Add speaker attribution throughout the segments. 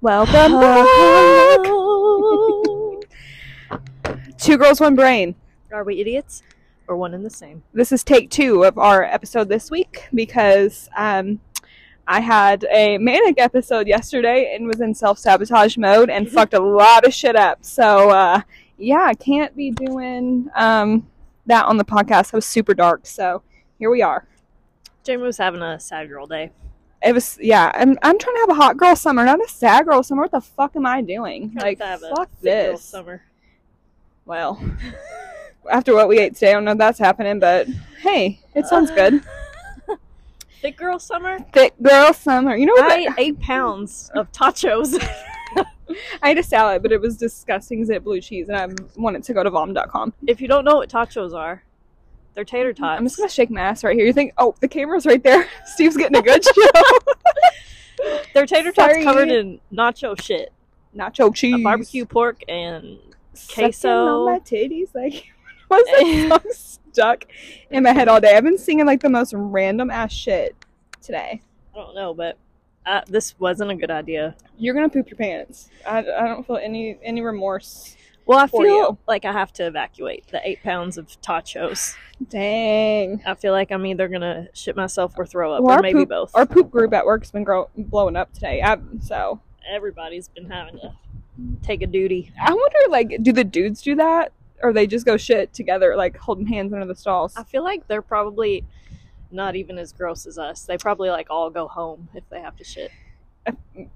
Speaker 1: Welcome back. two girls, one brain.
Speaker 2: Are we idiots? Or one and the same?
Speaker 1: This is take two of our episode this week because um, I had a manic episode yesterday and was in self sabotage mode and fucked a lot of shit up. So uh, yeah, I can't be doing um, that on the podcast. It was super dark. So here we are.
Speaker 2: Jamie was having a sad girl day.
Speaker 1: It was yeah. I'm I'm trying to have a hot girl summer, not a sad girl summer. What the fuck am I doing?
Speaker 2: Trying
Speaker 1: Like
Speaker 2: to have a
Speaker 1: fuck
Speaker 2: fit uh, girl
Speaker 1: this.
Speaker 2: summer.
Speaker 1: Well, after what we ate today, I don't know if that's happening, but hey, it sounds
Speaker 2: Uh.
Speaker 1: good.
Speaker 2: Thick girl summer?
Speaker 1: Thick girl summer. You know what?
Speaker 2: I
Speaker 1: that-
Speaker 2: ate pounds of tacos.
Speaker 1: I had a salad, but it was disgusting 'cause it had blue cheese, and I wanted to go to vom.com.
Speaker 2: if you don't know what tachos are, they're tater tots.
Speaker 1: I'm just gonna shake my ass right here. You think? Oh, the camera's right there. Steve's getting a good show.
Speaker 2: They're tater tots
Speaker 1: Sorry.
Speaker 2: covered in nacho shit.
Speaker 1: Nacho
Speaker 2: A
Speaker 1: cheese,
Speaker 2: barbecue pork and
Speaker 1: Sucking
Speaker 2: queso.
Speaker 1: on my titties. Like, why is that song stuck in my head all day? I've been singing like the most random ass shit today.
Speaker 2: I don't know, but uh, this wasn't a good idea.
Speaker 1: You're gonna poop your pants. I, I don't feel any any remorse.
Speaker 2: Well, I
Speaker 1: For
Speaker 2: feel
Speaker 1: you.
Speaker 2: like I have to evacuate the eight pounds of tachos.
Speaker 1: Dang.
Speaker 2: I feel like I'm either gonna shit myself or throw up,
Speaker 1: Well,
Speaker 2: or
Speaker 1: our
Speaker 2: maybe both.
Speaker 1: Our poop group at work's been grow- blowing up today. I, so
Speaker 2: Everybody's been having to take a duty.
Speaker 1: I wonder, like, do the dudes do that, or they just go shit together, like holding hands under the stalls?
Speaker 2: I feel like they're probably not even as gross as us. They probably like all go home if they have to shit.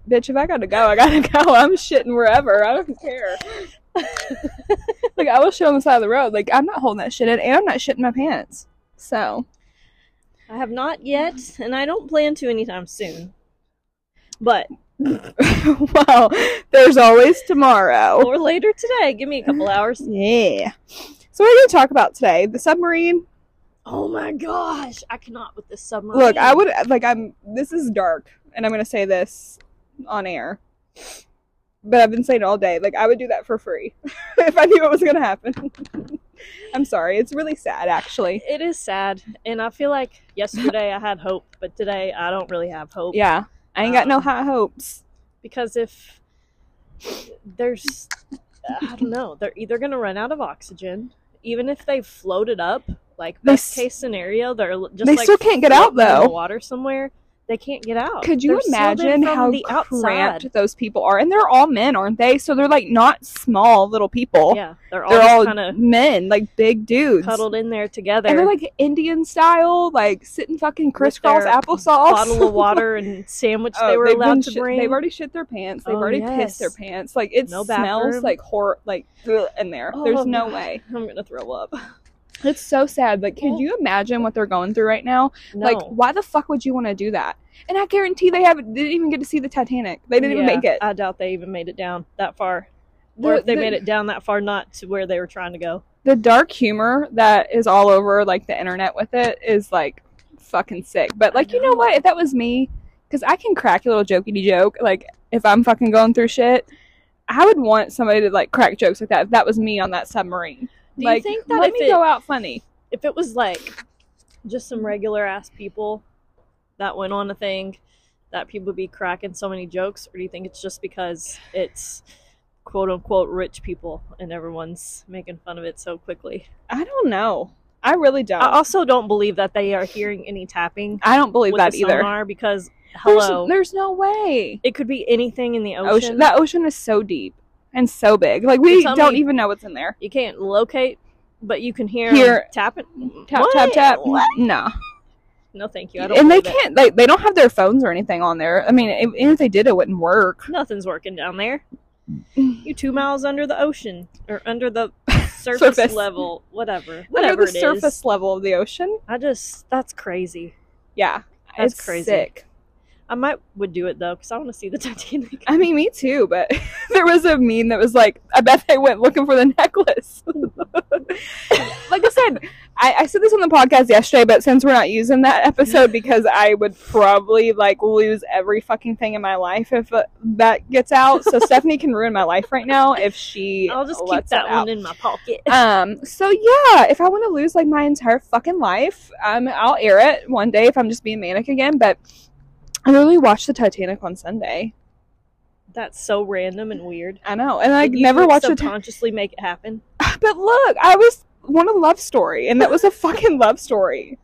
Speaker 1: Bitch, if I gotta go, I gotta go. I'm shitting wherever. I don't care. like I will shit on the side of the road. Like I'm not holding that shit in, and I'm not shitting my pants. So
Speaker 2: I have not yet, and I don't plan to anytime soon. But
Speaker 1: well, there's always tomorrow.
Speaker 2: or later today, give me a couple hours.
Speaker 1: Yeah. So what are we gonna talk about today? The submarine.
Speaker 2: Oh my gosh, I cannot with this submarine.
Speaker 1: Look, I would like I'm this is dark and I'm going to say this on air. But I've been saying it all day. Like I would do that for free if I knew it was going to happen. I'm sorry. It's really sad actually.
Speaker 2: It is sad, and I feel like yesterday I had hope, but today I don't really have hope.
Speaker 1: Yeah. I ain't got no
Speaker 2: Um,
Speaker 1: high hopes.
Speaker 2: because if there's i don't know they're either going to run out of oxygen even if they floated up like
Speaker 1: They
Speaker 2: best
Speaker 1: s-
Speaker 2: case scenario they're l- just
Speaker 1: They
Speaker 2: like
Speaker 1: still can't get out
Speaker 2: floating in the
Speaker 1: though.
Speaker 2: water somewhere they can't get out
Speaker 1: Could you
Speaker 2: They're sealed in
Speaker 1: imagine
Speaker 2: from
Speaker 1: how
Speaker 2: the
Speaker 1: cramped
Speaker 2: outside
Speaker 1: those people are? And they're all men, aren't they? So they're like not small little people.
Speaker 2: yeah they're all,
Speaker 1: they're all
Speaker 2: kind of
Speaker 1: men, like big dudes.
Speaker 2: cuddled in there together
Speaker 1: and they're like Indian style, like sitting fucking crisscross
Speaker 2: their
Speaker 1: applesauce.
Speaker 2: bottle of water and sandwich
Speaker 1: Oh,
Speaker 2: they were
Speaker 1: they've been
Speaker 2: allowed to
Speaker 1: shit-
Speaker 2: bring
Speaker 1: They've already shit their pants. They've
Speaker 2: Oh,
Speaker 1: already pissed
Speaker 2: yes.
Speaker 1: their pants. Like it
Speaker 2: No
Speaker 1: smells
Speaker 2: bathroom.
Speaker 1: like horror, like ugh, in there.
Speaker 2: Oh,
Speaker 1: There's no
Speaker 2: God.
Speaker 1: way.
Speaker 2: i'm gonna throw up
Speaker 1: It's so sad. Like, could
Speaker 2: Yeah.
Speaker 1: you imagine what they're going through right now?
Speaker 2: no.
Speaker 1: Like, why the fuck would you want to do that? And I guarantee they haven't. They didn't even get to see the Titanic. They didn't even
Speaker 2: Yeah,
Speaker 1: make it.
Speaker 2: i doubt they even made it down that far
Speaker 1: The-
Speaker 2: or if they
Speaker 1: the-
Speaker 2: made it down that far, not to where they were trying to go.
Speaker 1: the dark humor that is all over like the internet with it is like fucking sick. But like you know
Speaker 2: know.
Speaker 1: what? If that was me, because I can crack a little jokey joke. Like if I'm fucking going through shit, I would want somebody to like crack jokes like that. If that was me on that submarine,
Speaker 2: Do
Speaker 1: like
Speaker 2: you think that
Speaker 1: let
Speaker 2: if
Speaker 1: me
Speaker 2: it,
Speaker 1: go out funny.
Speaker 2: if it was like just some regular ass people that went on a thing, that people would be cracking so many jokes, or do you think it's just because it's quote unquote rich people and everyone's making fun of it so quickly? Uh,
Speaker 1: I don't know. I really don't.
Speaker 2: I
Speaker 1: I,
Speaker 2: also don't believe that they are hearing any tapping
Speaker 1: don't believe
Speaker 2: with
Speaker 1: that
Speaker 2: the
Speaker 1: either.
Speaker 2: sonar because
Speaker 1: There's-
Speaker 2: hello,
Speaker 1: there's no way.
Speaker 2: it could be anything in the ocean.
Speaker 1: Ocean. That ocean is so deep and so big. Like we
Speaker 2: tell
Speaker 1: don't
Speaker 2: me-
Speaker 1: even know what's in there.
Speaker 2: you can't locate, but you can hear,
Speaker 1: Hear-
Speaker 2: 'em tapping.
Speaker 1: Tap
Speaker 2: What?
Speaker 1: tap tap.
Speaker 2: What?
Speaker 1: No.
Speaker 2: No, thank you. I don't
Speaker 1: and they
Speaker 2: believe it.
Speaker 1: can't they, they don't have their phones or anything on there i mean if, even if they did it wouldn't work
Speaker 2: Nothing's working down there. You two miles under the ocean or under the surface,
Speaker 1: Mm. Surface.
Speaker 2: level, whatever,
Speaker 1: Under
Speaker 2: whatever
Speaker 1: the
Speaker 2: it is.
Speaker 1: surface level of the ocean
Speaker 2: I just that's crazy.
Speaker 1: yeah
Speaker 2: That's
Speaker 1: it's
Speaker 2: crazy.
Speaker 1: sick.
Speaker 2: I might would do it though because I want to see the Titanic.
Speaker 1: i mean me too but there was a meme that was like i bet they went looking for the necklace like i said I, I said this on the podcast yesterday but since we're not using that episode because i would probably like lose every fucking thing in my life if uh, that gets out so stephanie can ruin my life right now if she
Speaker 2: I'll just keep
Speaker 1: lets it
Speaker 2: that
Speaker 1: Oh, out.
Speaker 2: one in my pocket.
Speaker 1: um so yeah if i want to lose like my entire fucking life um i'll air it one day if i'm just being manic again but i literally watched the titanic on sunday
Speaker 2: That's so random and weird.
Speaker 1: I know, and I
Speaker 2: Like, you
Speaker 1: never
Speaker 2: could
Speaker 1: watched it.
Speaker 2: subconsciously make it happen.
Speaker 1: But look, I was want a love story, and that was a fucking love story.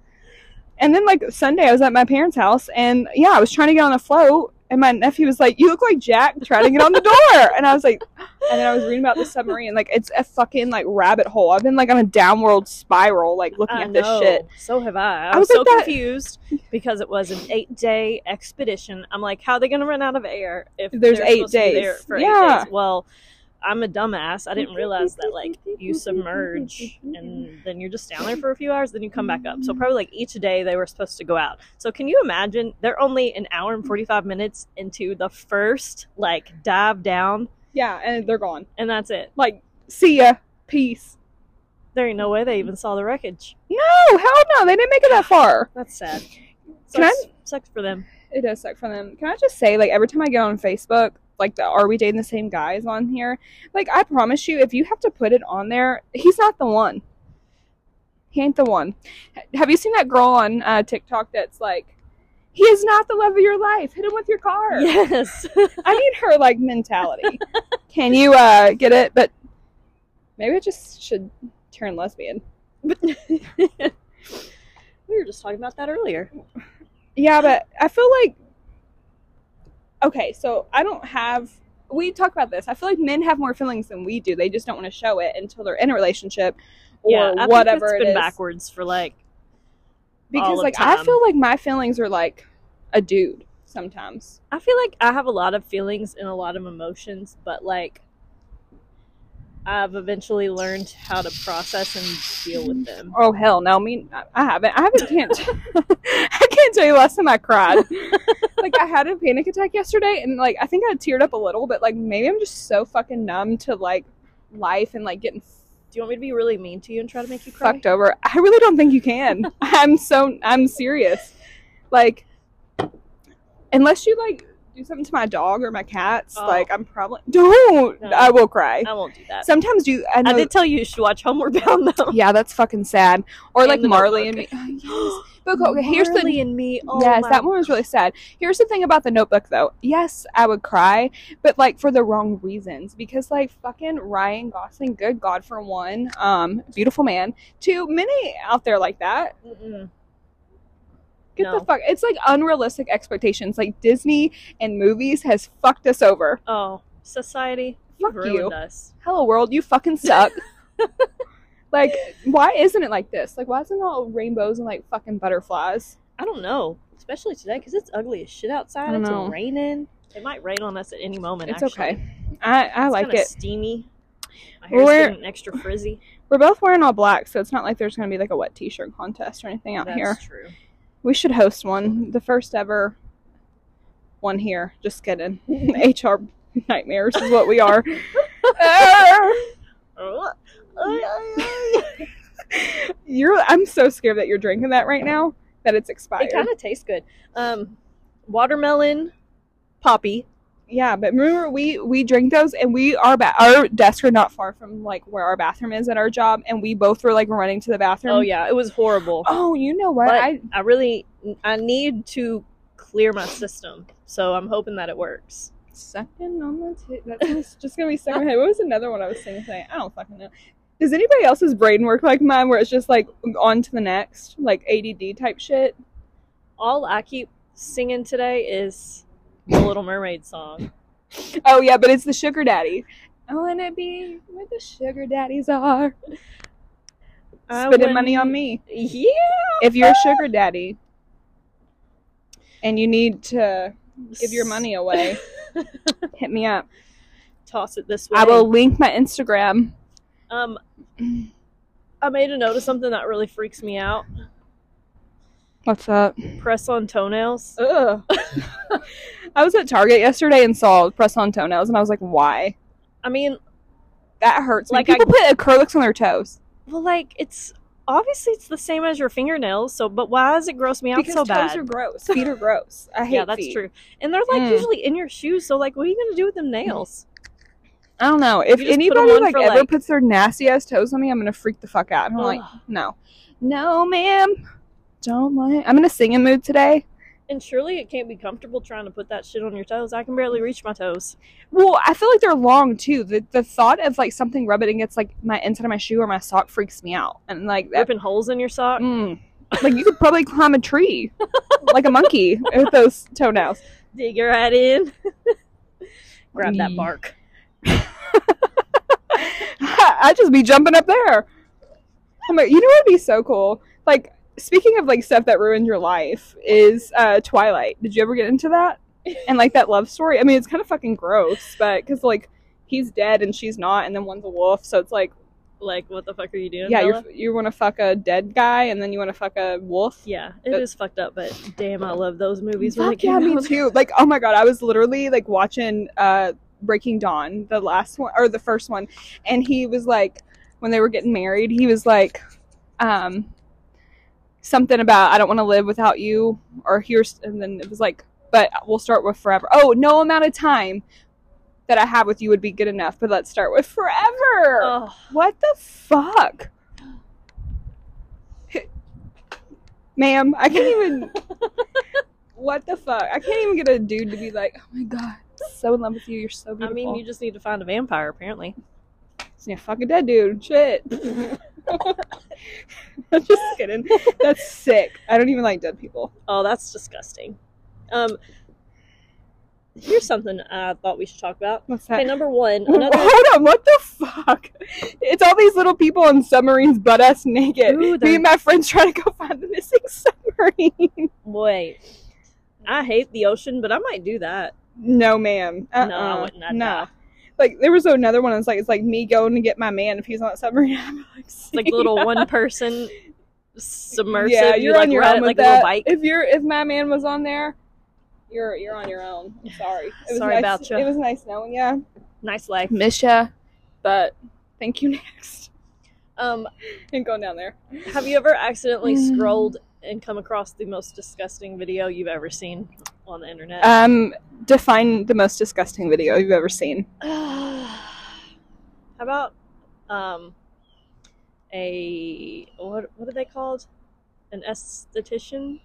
Speaker 1: And then like Sunday, I was at my parents' house, and yeah, I was trying to get on a float, and my nephew was like, "You look like Jack trying to get on the door," and I was like, and then I was reading about the submarine, like it's a fucking like rabbit hole. I've been like on a downward spiral, like looking
Speaker 2: I
Speaker 1: at this
Speaker 2: know.
Speaker 1: shit.
Speaker 2: So have I. I,
Speaker 1: I
Speaker 2: was
Speaker 1: was
Speaker 2: so
Speaker 1: like that-
Speaker 2: confused because it was an eight day expedition. I'm like, how are they going to run out of air if
Speaker 1: There's
Speaker 2: they're
Speaker 1: eight
Speaker 2: supposed to be
Speaker 1: days.
Speaker 2: there for
Speaker 1: Yeah.
Speaker 2: eight days? Well, I'm a dumbass. I didn't realize that like you submerge and then you're just down there for a few hours, then you come back up. So probably like each day they were supposed to go out. So can you imagine? They're only an hour and 45 minutes into the first like dive down,
Speaker 1: Yeah, and they're gone.
Speaker 2: and that's it.
Speaker 1: Like, see ya, peace.
Speaker 2: There ain't no way they even saw the wreckage.
Speaker 1: No, hell no, they didn't make it that far.
Speaker 2: That's sad.
Speaker 1: Can I-
Speaker 2: Sucks- sucks for them.
Speaker 1: It does suck for them. Can I just say, like, every time I get on Facebook, like, the Are We Dating the Same Guys on here, like, I promise you, if you have to put it on there, he's not the one. He ain't the one. H- Have you seen that girl on uh, TikTok that's like, he is not the love of your life. Hit him with your car.
Speaker 2: Yes.
Speaker 1: I need her, like, mentality. Can you uh, get it? But maybe I just should turn lesbian.
Speaker 2: we were just talking about that earlier.
Speaker 1: Yeah, but I feel like okay, so I don't have we talk about this. I feel like men have more feelings than we do. They just don't want to show it until they're in a relationship or
Speaker 2: I
Speaker 1: whatever
Speaker 2: think
Speaker 1: it
Speaker 2: it's been
Speaker 1: is.
Speaker 2: backwards for like all
Speaker 1: because
Speaker 2: of
Speaker 1: like I
Speaker 2: time.
Speaker 1: feel like my feelings are like a dude sometimes.
Speaker 2: I feel like I have a lot of feelings and a lot of emotions, but like I've eventually learned how to process and deal with them.
Speaker 1: Oh hell no, me I- I haven't. I haven't can't I can't tell you last time I cried. like I had a panic attack yesterday and like I think I teared up a little, but like maybe I'm just so fucking numb to like life and like getting
Speaker 2: Do you want me to be really mean to you and try to make you cry?
Speaker 1: fucked over. I really don't think you can. I'm so I'm serious. Like unless you like do something to my dog or my cats,
Speaker 2: Oh.
Speaker 1: like I'm probably don't.
Speaker 2: No.
Speaker 1: I will cry.
Speaker 2: I won't do that.
Speaker 1: Sometimes you I, know,
Speaker 2: I did tell you you should watch Homeward Bound though.
Speaker 1: Yeah, that's fucking sad. Or
Speaker 2: And
Speaker 1: like
Speaker 2: The
Speaker 1: Marley
Speaker 2: Notebook.
Speaker 1: and me. But okay, here's the
Speaker 2: Marley and me. Oh
Speaker 1: yes,
Speaker 2: my-
Speaker 1: that one was really sad. Here's the thing about the Notebook, though. Yes, I would cry, but like for the wrong reasons. Because like fucking Ryan Gosling, good God, for one, um, beautiful man. Two, many out there like that.
Speaker 2: Mm-mm.
Speaker 1: Get
Speaker 2: No.
Speaker 1: the fuck. It's like unrealistic expectations. Like Disney and movies has fucked us over.
Speaker 2: Oh, society
Speaker 1: Fuck
Speaker 2: you've ruined
Speaker 1: you.
Speaker 2: us.
Speaker 1: Hello world, you fucking suck. like, why isn't it like this? Like, why isn't it all rainbows and like fucking butterflies?
Speaker 2: I don't know, especially today because it's ugly as shit
Speaker 1: I
Speaker 2: outside.
Speaker 1: don't
Speaker 2: It's
Speaker 1: know.
Speaker 2: raining. It might rain on us at any moment.
Speaker 1: It's
Speaker 2: actually.
Speaker 1: okay. I I
Speaker 2: It's
Speaker 1: like
Speaker 2: kinda
Speaker 1: it.
Speaker 2: Steamy. My hair's
Speaker 1: We're-
Speaker 2: getting extra frizzy.
Speaker 1: We're both wearing all black, so it's not like there's gonna be like a wet T-shirt contest or anything out
Speaker 2: That's
Speaker 1: here.
Speaker 2: true.
Speaker 1: We should host one, the first ever one here. Just kidding. HR nightmares is what we are. Ah!
Speaker 2: it
Speaker 1: You're I'm so scared that you're drinking that right now that it's expired.
Speaker 2: kind of tastes good. Um, watermelon, poppy.
Speaker 1: yeah, but remember we we drink those and we our ba- our desks are not far from like where our bathroom is at our job and we both were like running to the bathroom.
Speaker 2: Oh yeah, it was horrible.
Speaker 1: Oh, you know what?
Speaker 2: But-
Speaker 1: I
Speaker 2: I really, I need to clear my system, so I'm hoping that it works.
Speaker 1: sucking on the t- that's gonna- it's just gonna be stuck in my head. What was another one I was singing today? I don't fucking know. Does anybody else's brain work like mine where it's just like on to the next, like ADD type shit?
Speaker 2: All I keep singing today is the Little Mermaid song.
Speaker 1: Oh yeah, but it's the sugar daddy. I wanna be where the sugar daddies are.
Speaker 2: I
Speaker 1: Spending money
Speaker 2: wouldn't-
Speaker 1: on me.
Speaker 2: Yeah.
Speaker 1: if you're a sugar daddy and you need to give your money away, hit me up.
Speaker 2: Toss it this way.
Speaker 1: I will link my Instagram.
Speaker 2: Um, I made a note of something that really freaks me out.
Speaker 1: What's up?
Speaker 2: Press on toenails.
Speaker 1: Ugh. I was at Target yesterday and saw press on toenails, and I was like, why?
Speaker 2: I mean,
Speaker 1: That hurts. Like
Speaker 2: Like, I-
Speaker 1: people put acrylics on their toes
Speaker 2: well, like it's obviously it's the same as your fingernails. So, but why does it gross me out
Speaker 1: because
Speaker 2: so
Speaker 1: toes
Speaker 2: bad?
Speaker 1: are gross. Feet are gross. I hate.
Speaker 2: yeah, that's
Speaker 1: feet.
Speaker 2: true. And they're like
Speaker 1: Mm.
Speaker 2: usually in your shoes. So, like, what are you gonna do with them nails?
Speaker 1: I don't know if
Speaker 2: You just put 'em
Speaker 1: anybody
Speaker 2: on
Speaker 1: like
Speaker 2: for,
Speaker 1: ever
Speaker 2: like-
Speaker 1: puts their nasty ass toes on me. I'm gonna freak the fuck out. I'm Oh, like,
Speaker 2: Ugh.
Speaker 1: no, no, ma'am, don't. Lie. I'm in a singing mood today.
Speaker 2: And surely it can't be comfortable trying to put that shit on your toes. I can barely reach my toes.
Speaker 1: Well, I feel like they're long too. The the thought of like something rubbing against like my inside of my shoe or my sock freaks me out, and like that.
Speaker 2: Ripping holes in your sock.
Speaker 1: Mm, like you could probably climb a tree, like a monkey, with those toenails.
Speaker 2: Dig your head in. Grab that
Speaker 1: Ye-
Speaker 2: bark.
Speaker 1: I'd just be jumping up there. I'm like, you know what would be so cool? Like, speaking of like stuff that ruined your life is uh, Twilight. Did you ever get into that? And like that love story. I mean, it's kind of fucking gross, but because like he's dead and she's not, and then one's a wolf, so it's like,
Speaker 2: Like, what the fuck are you doing?
Speaker 1: yeah,
Speaker 2: Bella?
Speaker 1: you you want to fuck a dead guy, and then you want to fuck a wolf.
Speaker 2: Yeah, it
Speaker 1: Uh,
Speaker 2: is fucked up, but damn, I love those movies. when they
Speaker 1: Fuck yeah,
Speaker 2: came
Speaker 1: me
Speaker 2: out.
Speaker 1: too. Like, oh my god, I was literally like watching uh Breaking Dawn, the last one or the first one, and he was like, when they were getting married, he was like, um, something about I don't want to live without you, or here's, and then it was like, but we'll start with forever. Oh, no amount of time that I have with you would be good enough, but let's start with forever.
Speaker 2: Oh,
Speaker 1: What the fuck? Ma'am, I can't even. what the fuck? I can't even get a dude to be like, oh my god, so in love with you. You're so beautiful.
Speaker 2: I mean, you just need to find a vampire, apparently.
Speaker 1: just need to fuck a dead dude. Shit. I'm just kidding. That's sick. I don't even like dead people.
Speaker 2: Oh, that's disgusting. Um, here's something I thought we should talk about.
Speaker 1: What's that?
Speaker 2: Okay, number one, another.
Speaker 1: Hold on, what the fuck? It's all these little people on submarines butt ass naked.
Speaker 2: Ooh, they're-
Speaker 1: Me and my friends trying to go find the missing submarine.
Speaker 2: Wait, I hate the ocean, but I might do that.
Speaker 1: No, ma'am. Uh-uh.
Speaker 2: No, I wouldn't. I'd
Speaker 1: No.
Speaker 2: die.
Speaker 1: Like there was another one. It's like it's like me going to get my man if he's on that submarine. I'm like,
Speaker 2: It's like little one person submersive.
Speaker 1: Yeah,
Speaker 2: you
Speaker 1: you're
Speaker 2: like
Speaker 1: on your own
Speaker 2: ride it
Speaker 1: with
Speaker 2: like a
Speaker 1: that.
Speaker 2: little bike.
Speaker 1: If you're if my man was on there, you're you're on your own. I'm sorry. It was
Speaker 2: Sorry
Speaker 1: nice,
Speaker 2: about ya.
Speaker 1: It was nice knowing you.
Speaker 2: Nice life.
Speaker 1: Miss ya, but thank you next.
Speaker 2: Um,
Speaker 1: And going down there.
Speaker 2: have you ever accidentally
Speaker 1: Mm.
Speaker 2: scrolled and come across the most disgusting video you've ever seen on the internet?
Speaker 1: Um, define the most disgusting video you've ever seen. Uh,
Speaker 2: How about um a what what are they called? An esthetician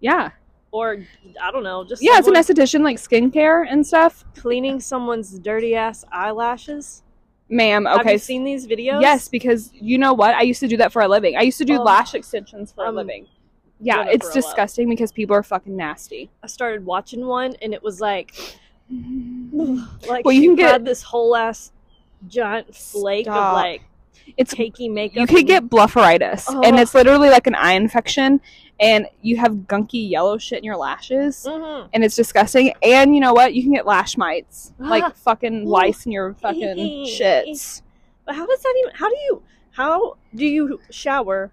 Speaker 1: Yeah,
Speaker 2: or I don't know, just
Speaker 1: yeah. It's an
Speaker 2: someone
Speaker 1: esthetician, like skincare and stuff.
Speaker 2: cleaning someone's dirty ass eyelashes.
Speaker 1: Ma'am, okay.
Speaker 2: Have you
Speaker 1: so-
Speaker 2: seen these videos?
Speaker 1: Yes, because you know what? I used to do that for a living. I used to do
Speaker 2: Oh.
Speaker 1: lash extensions for
Speaker 2: Um,
Speaker 1: a living. Yeah,
Speaker 2: gonna
Speaker 1: it's
Speaker 2: throw up.
Speaker 1: disgusting because people are fucking nasty.
Speaker 2: I started watching one and it was like like
Speaker 1: Well, you
Speaker 2: she
Speaker 1: can get-
Speaker 2: had this whole ass giant flake
Speaker 1: Stop.
Speaker 2: of like
Speaker 1: It's
Speaker 2: cakey makeup.
Speaker 1: you could
Speaker 2: and-
Speaker 1: get bluffaritis, and
Speaker 2: Oh.
Speaker 1: it's literally like an eye infection, and you have gunky yellow shit in your lashes,
Speaker 2: Mhm.
Speaker 1: and it's disgusting. And you know what? You can get lash mites,
Speaker 2: Ah.
Speaker 1: like fucking
Speaker 2: Ooh.
Speaker 1: lice in your fucking shits.
Speaker 2: But how does that even? How do you? How do you shower,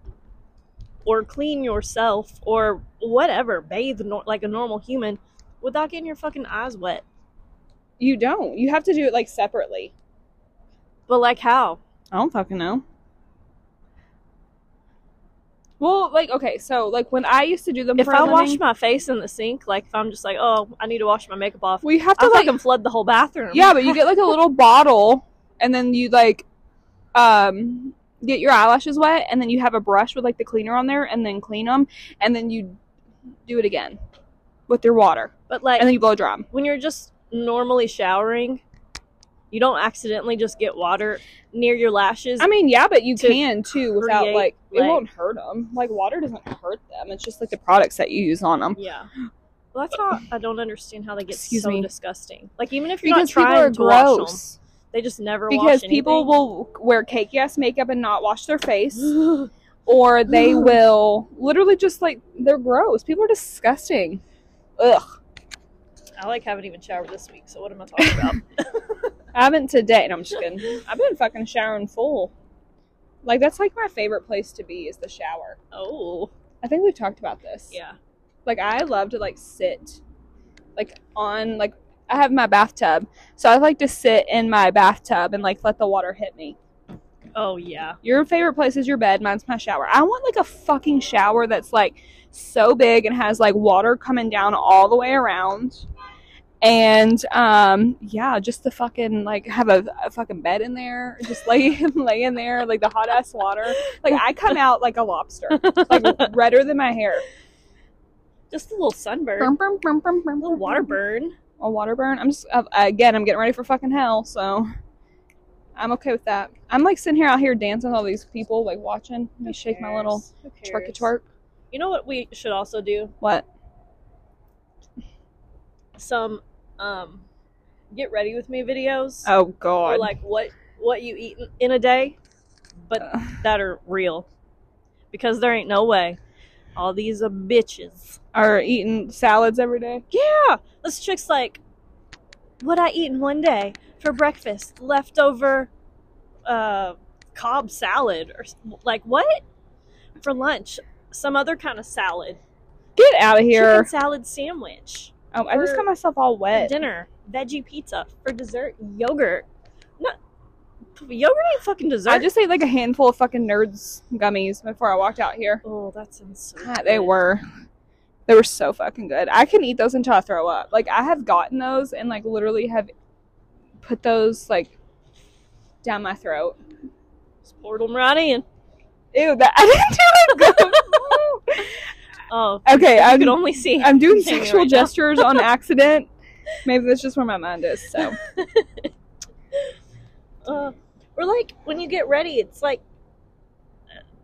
Speaker 2: or clean yourself, or whatever, bathe nor- like a normal human, without getting your fucking eyes wet?
Speaker 1: You don't. You have to do it like separately.
Speaker 2: But like how?
Speaker 1: I don't fucking know. Well, like okay, so like when I used to do them,
Speaker 2: If
Speaker 1: for
Speaker 2: I
Speaker 1: a
Speaker 2: wash
Speaker 1: living-
Speaker 2: my face in the sink, like if I'm just like, oh, I need to wash my makeup off,
Speaker 1: well, you have to
Speaker 2: I
Speaker 1: like
Speaker 2: fucking flood the whole bathroom.
Speaker 1: Yeah, but you get like a little bottle, and then you like, um, get your eyelashes wet, and then you have a brush with like the cleaner on there, and then clean them, and then you do it again with your water,
Speaker 2: But like
Speaker 1: and then you blow dry 'em.
Speaker 2: when you're just normally showering, you don't accidentally just get water near your lashes.
Speaker 1: I mean, yeah, but you
Speaker 2: To
Speaker 1: can too without
Speaker 2: create,
Speaker 1: like it
Speaker 2: like-
Speaker 1: won't hurt them. Like water doesn't hurt them. It's just like the products that you use on them.
Speaker 2: Yeah. Well, that's how I don't understand how they get
Speaker 1: Excuse
Speaker 2: so
Speaker 1: me.
Speaker 2: disgusting. Like even if you're
Speaker 1: Because
Speaker 2: not
Speaker 1: people
Speaker 2: trying
Speaker 1: are
Speaker 2: to wash 'em,
Speaker 1: gross.
Speaker 2: they just never
Speaker 1: Because
Speaker 2: wash
Speaker 1: people
Speaker 2: anything.
Speaker 1: will wear cakey ass makeup and not wash their face. or they will literally just like they're gross. People are disgusting. Ugh.
Speaker 2: I like haven't even showered this week, so what am I talking about?
Speaker 1: I haven't today. No, I'm just kidding. I've been fucking showering full. Like that's like my favorite place to be is the shower.
Speaker 2: oh,
Speaker 1: I think we've talked about this.
Speaker 2: yeah.
Speaker 1: Like I love to like sit, like on like I have my bathtub, so I like to sit in my bathtub and like let the water hit me.
Speaker 2: Oh yeah.
Speaker 1: Your favorite place is your bed. Mine's my shower. I want like a fucking shower that's like so big and has like water coming down all the way around. And um, yeah, just the fucking like have a, a fucking bed in there, just lay lay in there like the hot ass water. Like I come out like a lobster, like redder than my hair.
Speaker 2: Just a little sunburn,
Speaker 1: Brum, brum, brum, brum,
Speaker 2: a
Speaker 1: brum,
Speaker 2: little
Speaker 1: brum,
Speaker 2: water
Speaker 1: brum.
Speaker 2: burn.
Speaker 1: A water burn. I'm just uh, again. I'm getting ready for fucking hell. So I'm okay with that. I'm like sitting here out here dancing with all these people, like watching me
Speaker 2: Who
Speaker 1: shake my
Speaker 2: cares?
Speaker 1: little
Speaker 2: Who
Speaker 1: twerky
Speaker 2: cares?
Speaker 1: twerk.
Speaker 2: You know what we should also do?
Speaker 1: What?
Speaker 2: Some um, get ready with me videos,
Speaker 1: Oh
Speaker 2: or
Speaker 1: God.
Speaker 2: like what what you eat in- in a day, but
Speaker 1: Uh,
Speaker 2: that are real, because there ain't no way all these are bitches.
Speaker 1: Are eating salads every day.
Speaker 2: Yeah, this chick's like, what I eat in one day for breakfast, leftover uh, cob salad, or s- like what for lunch, some other kind of salad,
Speaker 1: Get out of here.
Speaker 2: chicken salad sandwich
Speaker 1: Um, I just
Speaker 2: for-
Speaker 1: got myself all
Speaker 2: for
Speaker 1: wet.
Speaker 2: dinner, veggie pizza for dessert, yogurt. No, yogurt ain't fucking dessert.
Speaker 1: I just ate like a handful of fucking nerds gummies before I walked out here.
Speaker 2: oh, that sounds so.
Speaker 1: God, they
Speaker 2: good.
Speaker 1: were. They were so fucking good. I can eat those until I throw up. Like I have gotten those and like literally have put those like down my throat.
Speaker 2: Just poured them right in.
Speaker 1: Ew, that I didn't do it.
Speaker 2: Oh,
Speaker 1: okay,
Speaker 2: you can
Speaker 1: I'm,
Speaker 2: only see.
Speaker 1: I'm doing
Speaker 2: Jamie
Speaker 1: sexual
Speaker 2: right now.
Speaker 1: gestures on accident. Maybe that's just where my mind is. So
Speaker 2: Uh, or like when you get ready, it's like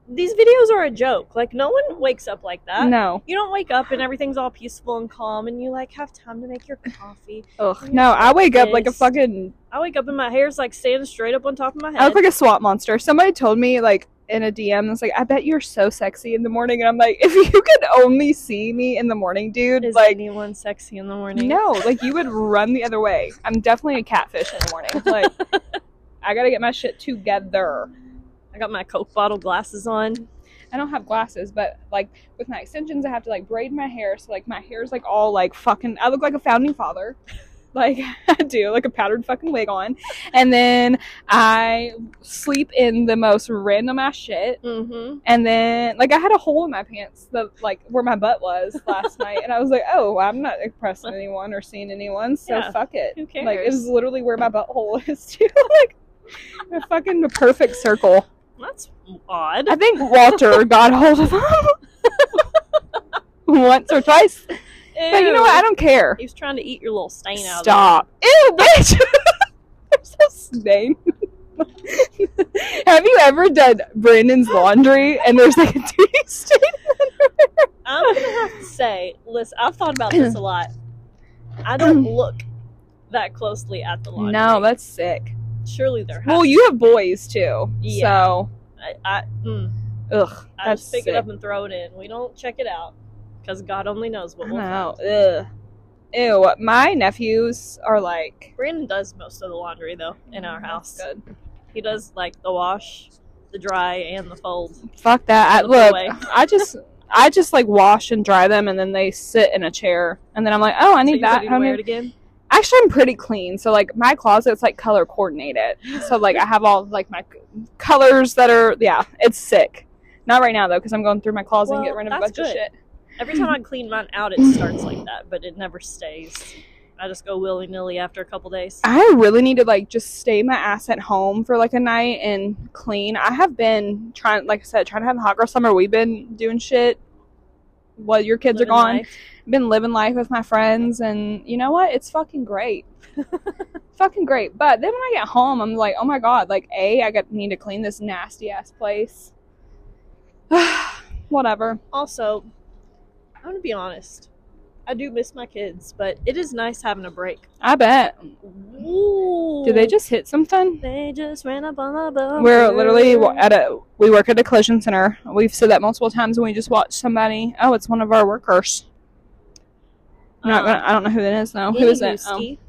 Speaker 2: these videos are a joke. Like no one wakes up like that.
Speaker 1: no,
Speaker 2: You don't wake up and everything's all peaceful and calm, and you like have time to make your coffee.
Speaker 1: ugh, no. I wake up like a
Speaker 2: Yes.
Speaker 1: fucking.
Speaker 2: I wake up and my hair's like standing straight up on top of my
Speaker 1: I
Speaker 2: head.
Speaker 1: look like a swamp monster. Somebody told me like in a DM, that's like, I bet you're so sexy in the morning, and I'm like, if you could only see me in the morning, dude,
Speaker 2: Is
Speaker 1: like.
Speaker 2: anyone sexy in the morning?
Speaker 1: No, like you would run the other way. I'm definitely a catfish in the morning. Like I gotta get my shit together.
Speaker 2: I got my Coke bottle glasses on.
Speaker 1: I don't have glasses, but like with my extensions, I have to like braid my hair. So like my hair's like all like fucking. I look like a founding father. Like I do, like a powdered fucking wig on, and then I sleep in the most random ass shit.
Speaker 2: Mm-hmm.
Speaker 1: And then, like, I had a hole in my pants that, like, where my butt was last night, and I was like, "Oh, well, I'm not impressing anyone or seeing anyone, so
Speaker 2: Yeah.
Speaker 1: fuck it."
Speaker 2: Who
Speaker 1: Like, it
Speaker 2: cares?
Speaker 1: was literally where my butthole is too, like, a fucking perfect circle.
Speaker 2: That's odd.
Speaker 1: I think Walter got hold of him once or twice, but you know what? I don't care.
Speaker 2: He was trying to eat your little stain out. of
Speaker 1: Stop! Ew, bitch! There's no stain. Have you ever done Brandon's laundry and there's like a titty stain?
Speaker 2: there. I'm gonna have to say, listen, I've thought about this a lot. I don't look that closely at the laundry.
Speaker 1: No, that's sick.
Speaker 2: surely there. Has
Speaker 1: Well, you have boys too,
Speaker 2: Yeah.
Speaker 1: so
Speaker 2: I, I, mm,
Speaker 1: ugh,
Speaker 2: I
Speaker 1: that's
Speaker 2: just pick
Speaker 1: sick.
Speaker 2: it up and throw it in. We don't check it out because God only knows what we'll
Speaker 1: Wow,
Speaker 2: find.
Speaker 1: ugh, ew. My nephews are like
Speaker 2: Brandon does most of the laundry though in
Speaker 1: Mm-hmm.
Speaker 2: our house.
Speaker 1: Good.
Speaker 2: He does like the wash, the dry, and the fold.
Speaker 1: Fuck that. I,
Speaker 2: Put them
Speaker 1: look,
Speaker 2: away.
Speaker 1: I just. I just like wash and dry them, and then they sit in a chair, and then I'm like, "Oh, I
Speaker 2: So
Speaker 1: need
Speaker 2: you
Speaker 1: that."
Speaker 2: ready to
Speaker 1: honey.
Speaker 2: wear it again?
Speaker 1: Actually, I'm pretty clean, so like my closet's like color coordinated. So like I have all like my c- colors that are yeah, it's sick. Not right now though, because I'm going through my closet and
Speaker 2: Well,
Speaker 1: getting rid of a
Speaker 2: that's
Speaker 1: bunch of
Speaker 2: good.
Speaker 1: shit.
Speaker 2: Every time I clean mine out, it starts like that, but it never stays. I just go willy nilly after a couple days.
Speaker 1: I really need to like just stay my ass at home for like a night and clean. I have been trying, like I said, trying to have a hot girl summer. We've been doing shit while your kids
Speaker 2: Living
Speaker 1: are gone.
Speaker 2: life.
Speaker 1: Been living life with my friends, and you know what? It's fucking great. fucking great. But then when I get home, I'm like, oh my god, like a, I got need to clean this nasty ass place. Whatever.
Speaker 2: Also, I'm gonna be honest. I do miss my kids, but it is nice having a break.
Speaker 1: I bet.
Speaker 2: Ooh.
Speaker 1: Did they just hit something?
Speaker 2: They just ran up on a bumper.
Speaker 1: We're literally wa- at a we work at a collision center. We've said that multiple times, and we just watched somebody. Oh, it's one of our workers. I'm not
Speaker 2: Um,
Speaker 1: gonna, I don't know who that is now. Who is
Speaker 2: anywho,
Speaker 1: it? Um,
Speaker 2: Ski,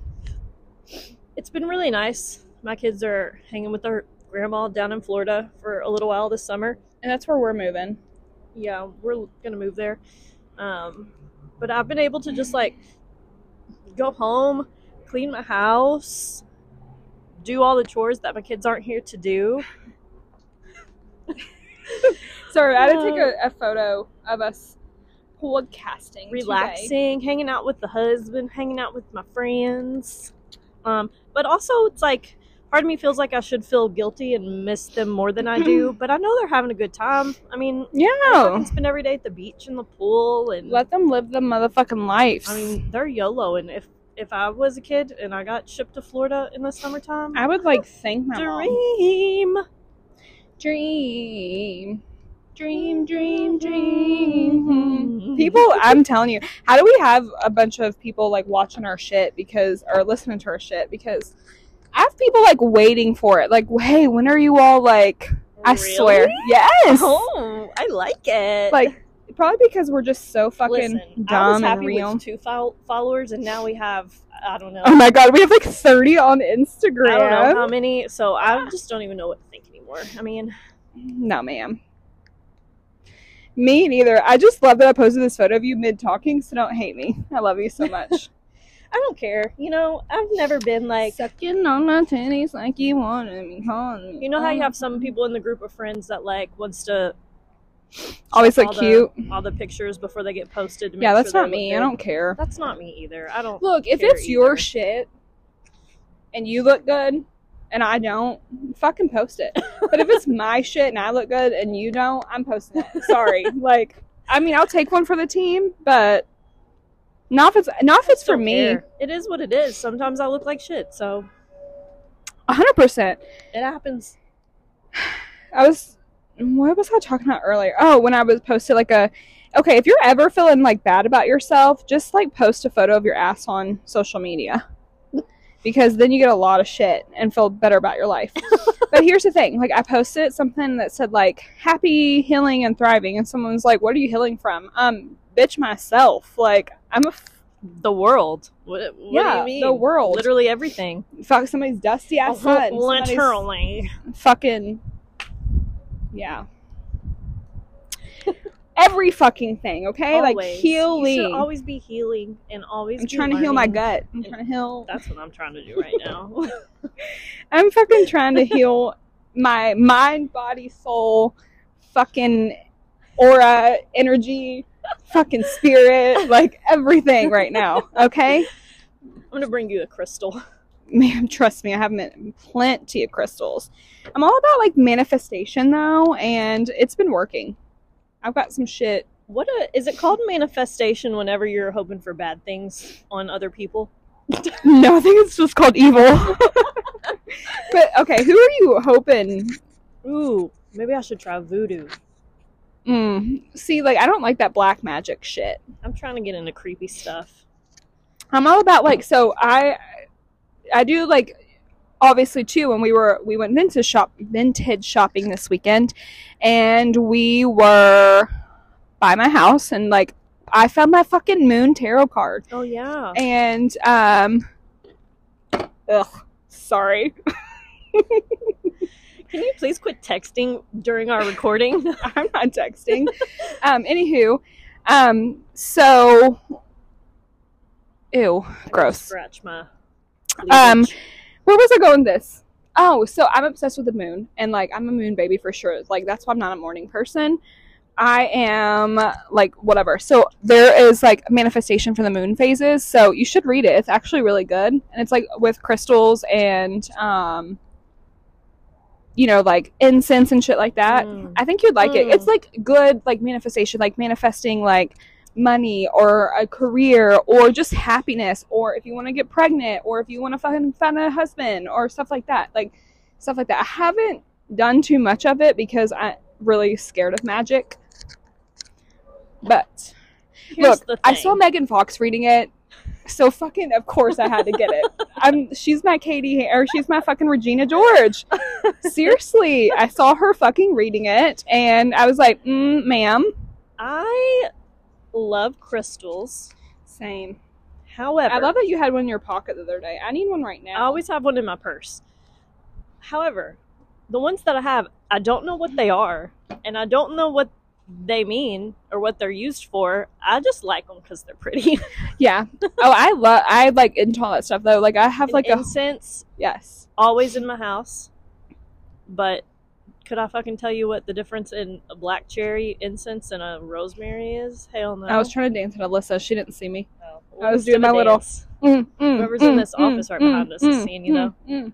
Speaker 2: It's been really nice. My kids are hanging with their grandma down in Florida for a little while this summer.
Speaker 1: and Oh, that's where we're moving.
Speaker 2: yeah, we're gonna move there. Um, but I've been able to just like go home, clean my house, do all the chores that my kids aren't here to do.
Speaker 1: Sorry, I had to take
Speaker 2: Uh,
Speaker 1: a, a photo of us podcasting, today.
Speaker 2: Relaxing, hanging out with the husband, hanging out with my friends. Um, but also it's like part of me feels like I should feel guilty and miss them more than I do, but I know they're having a good time. I mean, I
Speaker 1: Yeah.
Speaker 2: can spend every day at the beach and the pool and
Speaker 1: Let them live the motherfucking life.
Speaker 2: I mean, they're YOLO and if if I was a kid and I got shipped to Florida in the summertime,
Speaker 1: I Mm, would like thank my mom.
Speaker 2: dream.
Speaker 1: Dream. Dream, dream, dream.
Speaker 2: Mm-hmm.
Speaker 1: People, I'm telling you, how do we have a bunch of people like watching our shit because, or listening to our shit? Because I have people like waiting for it. Like, hey, when are you all like, I swear.
Speaker 2: Really?
Speaker 1: Yes.
Speaker 2: Oh, I like it.
Speaker 1: Like, probably because we're just so fucking
Speaker 2: Listen, I was
Speaker 1: dumb and
Speaker 2: happy
Speaker 1: real.
Speaker 2: with two fol- followers, and now we have I don't know,
Speaker 1: Oh my god, we have like 30 on Instagram.
Speaker 2: I don't know how many. So I just don't even know what to think anymore. I mean,
Speaker 1: No, ma'am. Me neither. I just love that I posted this photo of you mid talking, so don't hate me. I love you so much.
Speaker 2: I don't care. You know, I've never been like.
Speaker 1: Sucking on my titties like you wanted me, honey.
Speaker 2: You know how you have
Speaker 1: um,
Speaker 2: some people in the group of friends that like wants to
Speaker 1: always
Speaker 2: check
Speaker 1: look
Speaker 2: all
Speaker 1: cute.
Speaker 2: the, all the pictures before they get posted. to
Speaker 1: Yeah,
Speaker 2: make
Speaker 1: that's
Speaker 2: sure
Speaker 1: not
Speaker 2: they look
Speaker 1: me. I
Speaker 2: good.
Speaker 1: don't care.
Speaker 2: That's not me either. I don't.
Speaker 1: Look, if
Speaker 2: care
Speaker 1: it's your
Speaker 2: either.
Speaker 1: shit and you look good and I don't, fucking post it. but if it's my shit and I look good and you don't, I'm posting it. Sorry. like, I mean, I'll take one for the team, but not if it's not if it's for
Speaker 2: don't
Speaker 1: me.
Speaker 2: care. it is what it is. Sometimes I look like shit, so
Speaker 1: A hundred percent.
Speaker 2: it happens.
Speaker 1: I was what was I talking about earlier? Oh, when I was posted like a okay, if you're ever feeling like bad about yourself, just like post a photo of your ass on social media. Because then you get a lot of shit and feel better about your life. but here's the thing, like I posted something that said like happy, healing and thriving and someone's like, What are you healing from? Um, bitch myself. Like I'm a f-
Speaker 2: The world. What, what do
Speaker 1: Yeah,
Speaker 2: you mean?
Speaker 1: the world.
Speaker 2: Literally everything.
Speaker 1: fuck somebody's dusty ass son. somebody's
Speaker 2: Literally.
Speaker 1: fucking yeah every fucking thing okay like
Speaker 2: Always. You
Speaker 1: healing
Speaker 2: should always be healing and always.
Speaker 1: i'm
Speaker 2: be
Speaker 1: trying to heal my
Speaker 2: learning.
Speaker 1: gut i'm trying to heal
Speaker 2: That's what I'm trying to do right now.
Speaker 1: i'm fucking trying to heal my mind body soul fucking aura energy fucking spirit like everything right now okay
Speaker 2: I'm gonna bring you a crystal.
Speaker 1: ma'am trust me i have man- plenty of crystals i'm all about like manifestation though and it's been working i've got some shit
Speaker 2: What a is it called manifestation whenever you're hoping for bad things on other people?
Speaker 1: No, I think it's just called evil. but okay, who are you hoping?
Speaker 2: Ooh, maybe I should try voodoo.
Speaker 1: Mm, see, like I don't like that black magic shit.
Speaker 2: I'm trying to get into creepy stuff.
Speaker 1: I'm all about like so I I do like obviously too when we were we went vintage shop vintage shopping this weekend and we were by my house and like I found my fucking moon tarot card.
Speaker 2: Oh yeah.
Speaker 1: and um ugh sorry
Speaker 2: Can you please quit texting during our recording?
Speaker 1: i'm not texting um anywho um so ew gross
Speaker 2: Scratch my.
Speaker 1: Um,
Speaker 2: cleavage.
Speaker 1: where was i going with this oh so i'm obsessed with the moon and like i'm a moon baby for sure like that's why i'm not a morning person i am like whatever so there is like manifestation for the moon phases so you should read it it's actually really good and it's like with crystals and um you know like incense and shit like that
Speaker 2: Mm.
Speaker 1: I think you'd like it.
Speaker 2: Mm.
Speaker 1: It's like good like manifestation, like manifesting like money or a career or just happiness or if you want to get pregnant or if you want to fucking find a husband or stuff like that. Like stuff like that. I haven't done too much of it because I'm really scared of magic. But
Speaker 2: Here's
Speaker 1: look,
Speaker 2: the
Speaker 1: I
Speaker 2: thing.
Speaker 1: saw Megan Fox reading it. So fucking of course I had to get it. I'm she's my Katie or she's my fucking Regina George. Seriously, I saw her fucking reading it and I was like, mm, ma'am.
Speaker 2: I love crystals.
Speaker 1: Same.
Speaker 2: However,
Speaker 1: I love that you had one in your pocket the other day. I need one right
Speaker 2: I
Speaker 1: now.
Speaker 2: always have one in my purse. However, the ones that I have, I don't know what they are, and I don't know what they mean or what they're used for. I just like them because they're pretty.
Speaker 1: Yeah. Oh, I love I like into all that stuff though. Like I have
Speaker 2: And
Speaker 1: like a
Speaker 2: incense
Speaker 1: yes.
Speaker 2: always in my house, but could I fucking tell you what the difference in a black cherry incense and a rosemary is? Hell no.
Speaker 1: I was trying to dance with Alyssa. She didn't see me.
Speaker 2: No.
Speaker 1: I was
Speaker 2: Who's
Speaker 1: doing
Speaker 2: gonna
Speaker 1: my little-
Speaker 2: dance?
Speaker 1: Mm, mm,
Speaker 2: Whoever's in this office right behind us is seeing, you know?
Speaker 1: mm.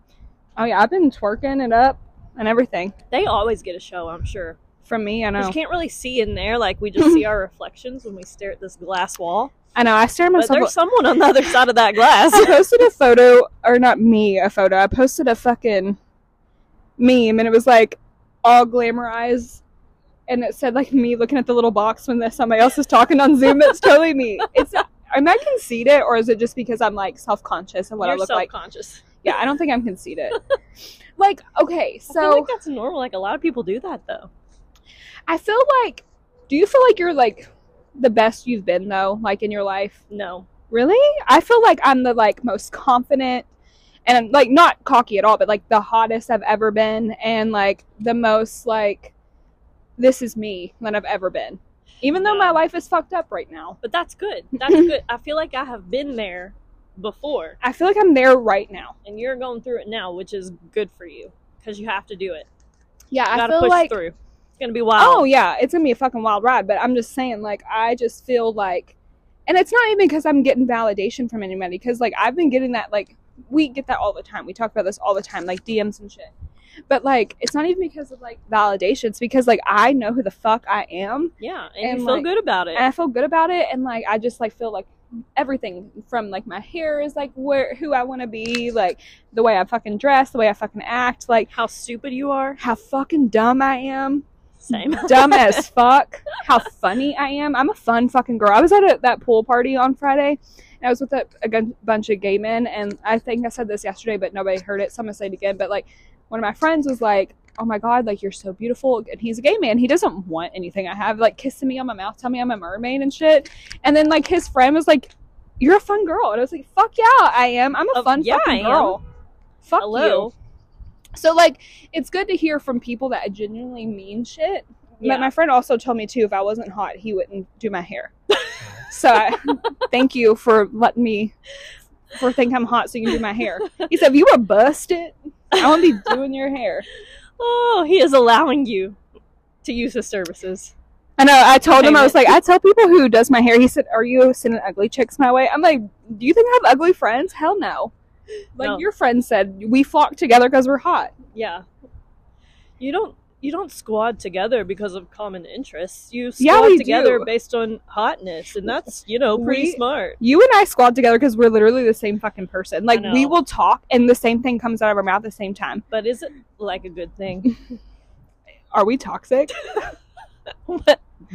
Speaker 1: Oh yeah, I've been twerking it up and everything.
Speaker 2: They always get a show, I'm sure.
Speaker 1: From me, I
Speaker 2: 'Cause
Speaker 1: know.
Speaker 2: You can't really see in there. Like we just see our reflections when we stare at this glass wall.
Speaker 1: I know. I stare at
Speaker 2: But
Speaker 1: myself.
Speaker 2: there's someone on the other side of that glass.
Speaker 1: I posted a photo, or not me, a photo. I posted a fucking meme, and it was like all glamorized, and it said like me looking at the little box when there's somebody else is talking on Zoom. It's totally me. It's am I conceited, or is it just because I'm like self conscious and what
Speaker 2: You're
Speaker 1: I look like?
Speaker 2: self-conscious.
Speaker 1: Yeah, I don't think I'm conceited. like, okay, so
Speaker 2: I feel like that's normal. Like a lot of people do that though.
Speaker 1: I feel like, do you feel like you're like the best you've been though, like in your life?
Speaker 2: No,
Speaker 1: Really? I feel like I'm the like most confident and like not cocky at all, but like the hottest I've ever been and like the most like this is me that I've ever been. Even though my
Speaker 2: No.
Speaker 1: life is fucked up right now.
Speaker 2: but that's good. That's good. I feel like I have been there before,
Speaker 1: I feel like I'm there right now.
Speaker 2: and you're going through it now, which is good for you because you have to do it.
Speaker 1: Yeah,
Speaker 2: You
Speaker 1: I
Speaker 2: gotta
Speaker 1: feel
Speaker 2: push
Speaker 1: like
Speaker 2: through. It's gonna be wild.
Speaker 1: Oh yeah, it's gonna be a fucking wild ride. But I'm just saying, like, I just feel like, and it's not even because I'm getting validation from anybody, because like I've been getting that, like, we get that all the time. We talk about this all the time, like DMs and shit. But like, it's not even because of like validation. It's because like I know who the fuck I am,
Speaker 2: yeah, and,
Speaker 1: and,
Speaker 2: you feel
Speaker 1: like-
Speaker 2: good about it.
Speaker 1: and I feel good about it, and like I just like feel like everything from like my hair is like where who I want to be, like the way I fucking dress, the way I fucking act, like
Speaker 2: How stupid you are.
Speaker 1: how fucking dumb I am
Speaker 2: Same.
Speaker 1: dumb as fuck how funny I am. I'm a fun fucking girl. I was at a, that pool party on Friday and I was with a, a gun- bunch of gay men. And I think I said this yesterday, but nobody heard it. So I'm going to say it again. But like, one of my friends was like, Oh my God, like you're so beautiful. And he's a gay man. He doesn't want anything I have, like kissing me on my mouth, tell me I'm a mermaid and shit. And then like his friend was like, You're a fun girl. And I was like, Fuck yeah, I am. I'm a
Speaker 2: Uh,
Speaker 1: fun
Speaker 2: yeah,
Speaker 1: fucking
Speaker 2: I am.
Speaker 1: girl. Fuck you.
Speaker 2: Hello.
Speaker 1: So like it's good to hear from people that genuinely mean shit.
Speaker 2: Yeah.
Speaker 1: But my friend also told me too if I wasn't hot, he wouldn't do my hair. so I, thank you for letting me for think I'm hot so you can do my hair. He said if you were busted, I wouldn't be doing your hair.
Speaker 2: Oh, he is allowing you to use his services.
Speaker 1: I know. I told him I
Speaker 2: Payment.
Speaker 1: was like I tell people who does my hair. He said, "Are you sending ugly chicks my way?" I'm like, "Do you think I have ugly friends? Hell no." Like
Speaker 2: No.
Speaker 1: your friend said, we flock together because we're hot.
Speaker 2: Yeah. You don't you don't squad together because of common interests. You
Speaker 1: Yeah,
Speaker 2: squad
Speaker 1: we
Speaker 2: together
Speaker 1: do.
Speaker 2: based on hotness, and that's you know pretty
Speaker 1: We-
Speaker 2: smart.
Speaker 1: you and I squad together because we're literally the same fucking person. Like we
Speaker 2: know.
Speaker 1: will talk and the same thing comes out of our mouth at the same time.
Speaker 2: But is it like a good thing?
Speaker 1: Are we toxic?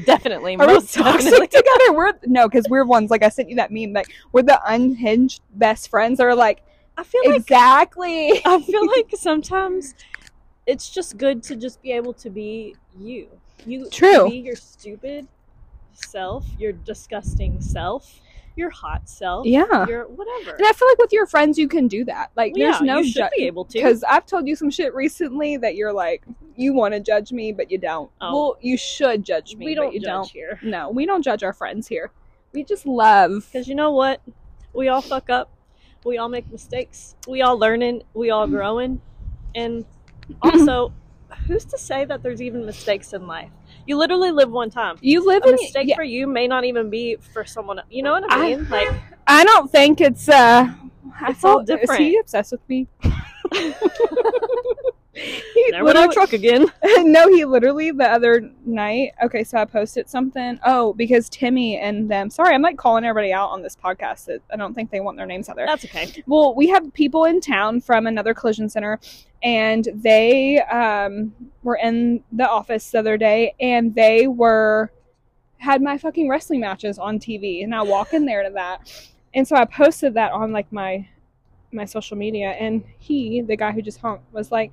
Speaker 2: definitely,
Speaker 1: Are we
Speaker 2: most definitely.
Speaker 1: toxic together? We're no, because we're ones like I sent you that meme. Like we're the unhinged best friends that are like
Speaker 2: I feel like
Speaker 1: exactly.
Speaker 2: I feel like sometimes it's just good to just be able to be you. You
Speaker 1: True.
Speaker 2: be your stupid self, your disgusting self, your hot self,
Speaker 1: Yeah,
Speaker 2: your whatever.
Speaker 1: and I feel like with your friends you can do that. Like
Speaker 2: yeah,
Speaker 1: there's no
Speaker 2: you should
Speaker 1: ju-
Speaker 2: be able to.
Speaker 1: Because I've told you some shit recently that you're like, you want to judge me, but you don't.
Speaker 2: Oh.
Speaker 1: Well, you should judge me,
Speaker 2: we
Speaker 1: but
Speaker 2: don't
Speaker 1: you
Speaker 2: judge here.
Speaker 1: don't. No, we don't judge our friends here. We just love.
Speaker 2: Because you know what? We all fuck up. We all make mistakes. We all learning. We all growing. And also, who's to say that there's even mistakes in life? You literally live one time.
Speaker 1: You live
Speaker 2: A
Speaker 1: in
Speaker 2: mistake
Speaker 1: yeah,
Speaker 2: for you may not even be for someone else. You know what I
Speaker 1: I-
Speaker 2: mean? like,
Speaker 1: I don't think it's uh I
Speaker 2: It's all
Speaker 1: thought- Is
Speaker 2: different.
Speaker 1: he obsessed with me? He
Speaker 2: there went our
Speaker 1: literally-
Speaker 2: truck again.
Speaker 1: no, he literally the other night. Okay, so I posted something. Oh, because Timmy and them. Sorry, I'm like calling everybody out on this podcast. That I don't think they want their names out there.
Speaker 2: That's okay.
Speaker 1: Well, we have people in town from another collision center, and they um, were in the office the other day, and they were had my fucking wrestling matches on TV, and I walk in there to that, and so I posted that on like my my social media, and he, the guy who just honked, was like,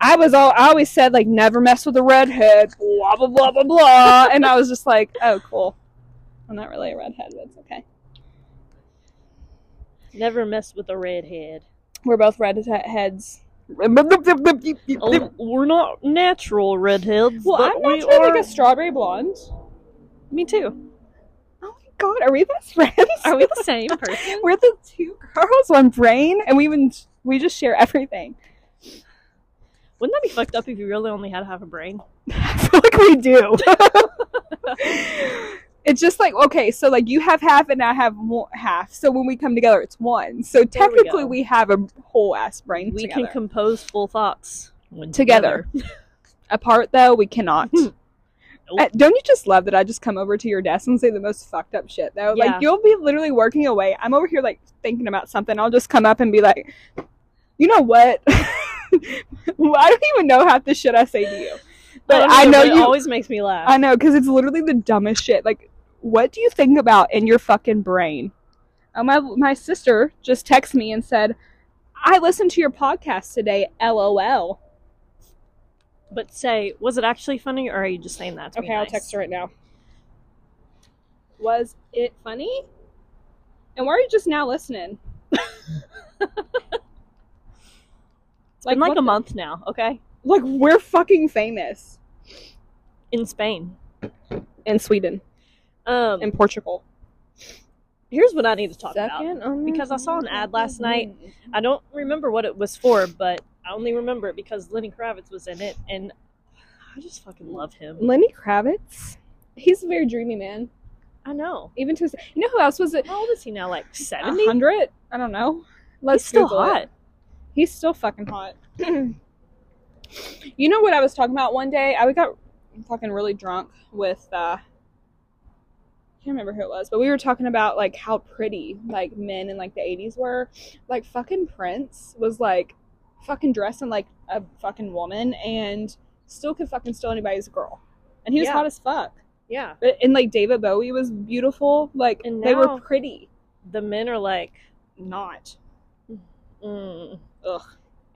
Speaker 1: I was all I always said like never mess with a redhead, blah blah blah blah blah, and I was just like, oh cool, I'm not really a redhead, but it's okay.
Speaker 2: Never mess with a redhead.
Speaker 1: We're both redheads.
Speaker 2: Oh, we're not natural redheads.
Speaker 1: Well,
Speaker 2: but
Speaker 1: I'm
Speaker 2: we
Speaker 1: naturally
Speaker 2: are-
Speaker 1: like a strawberry blonde.
Speaker 2: Me too.
Speaker 1: Oh my god, are we best friends?
Speaker 2: Are we the same person?
Speaker 1: We're the two girls, one brain, and we even we just share everything.
Speaker 2: Wouldn't that be fucked up if you really only had half a brain?
Speaker 1: I feel like we do. It's just like okay, so like you have half and I have one, half. So when we come together, it's one. So
Speaker 2: There we
Speaker 1: technically,
Speaker 2: go.
Speaker 1: we, have a whole ass brain
Speaker 2: we
Speaker 1: together.
Speaker 2: can compose full thoughts when
Speaker 1: Together. Apart though, we cannot.
Speaker 2: Nope.
Speaker 1: Uh, don't you just love that I just come over to your desk and say the most fucked up shit though?
Speaker 2: Yeah.
Speaker 1: Like you'll be literally working away. I'm over here like thinking about something. I'll just come up and be like, you know what? well, I don't even know half the shit I say to you, but I
Speaker 2: don't
Speaker 1: know
Speaker 2: but it
Speaker 1: you.
Speaker 2: always makes me laugh.
Speaker 1: I know because it's literally the dumbest shit. Like, what do you think about in your fucking brain? Uh, my my sister just texted me and said, "I listened to your podcast today." LOL.
Speaker 2: but say, was it actually funny, or are you just saying that to be
Speaker 1: Okay, I'll
Speaker 2: nice?
Speaker 1: text her right now. Was it funny? And why are you just now listening?
Speaker 2: It's been like
Speaker 1: what
Speaker 2: a
Speaker 1: the-
Speaker 2: month now. Okay,
Speaker 1: Like we're fucking famous
Speaker 2: in Spain.
Speaker 1: in Sweden,
Speaker 2: Um,
Speaker 1: in Portugal.
Speaker 2: here's what I need to talk about
Speaker 1: on
Speaker 2: because I saw an ad last night. I don't remember what it was for, but I only remember it because Lenny Kravitz was in it, and I just fucking love him.
Speaker 1: Lenny Kravitz. He's a very dreamy man.
Speaker 2: I know.
Speaker 1: Even to his, you know who else was it?
Speaker 2: How old is he now? Like seventy?
Speaker 1: hundred? I don't know. Let's
Speaker 2: He's still
Speaker 1: Google it.
Speaker 2: hot.
Speaker 1: He's still fucking hot. you know what I was talking about one day? I got fucking really drunk with uh I can't remember who it was, but we were talking about like how pretty like men in like the eighties were. Like fucking Prince was like fucking dressing like a fucking woman and still could fucking steal anybody's girl. And he was
Speaker 2: Yeah.
Speaker 1: hot as fuck.
Speaker 2: Yeah,
Speaker 1: But and like David Bowie was beautiful. Like
Speaker 2: And
Speaker 1: they
Speaker 2: now-
Speaker 1: were pretty.
Speaker 2: the men are like,
Speaker 1: Not.
Speaker 2: mm.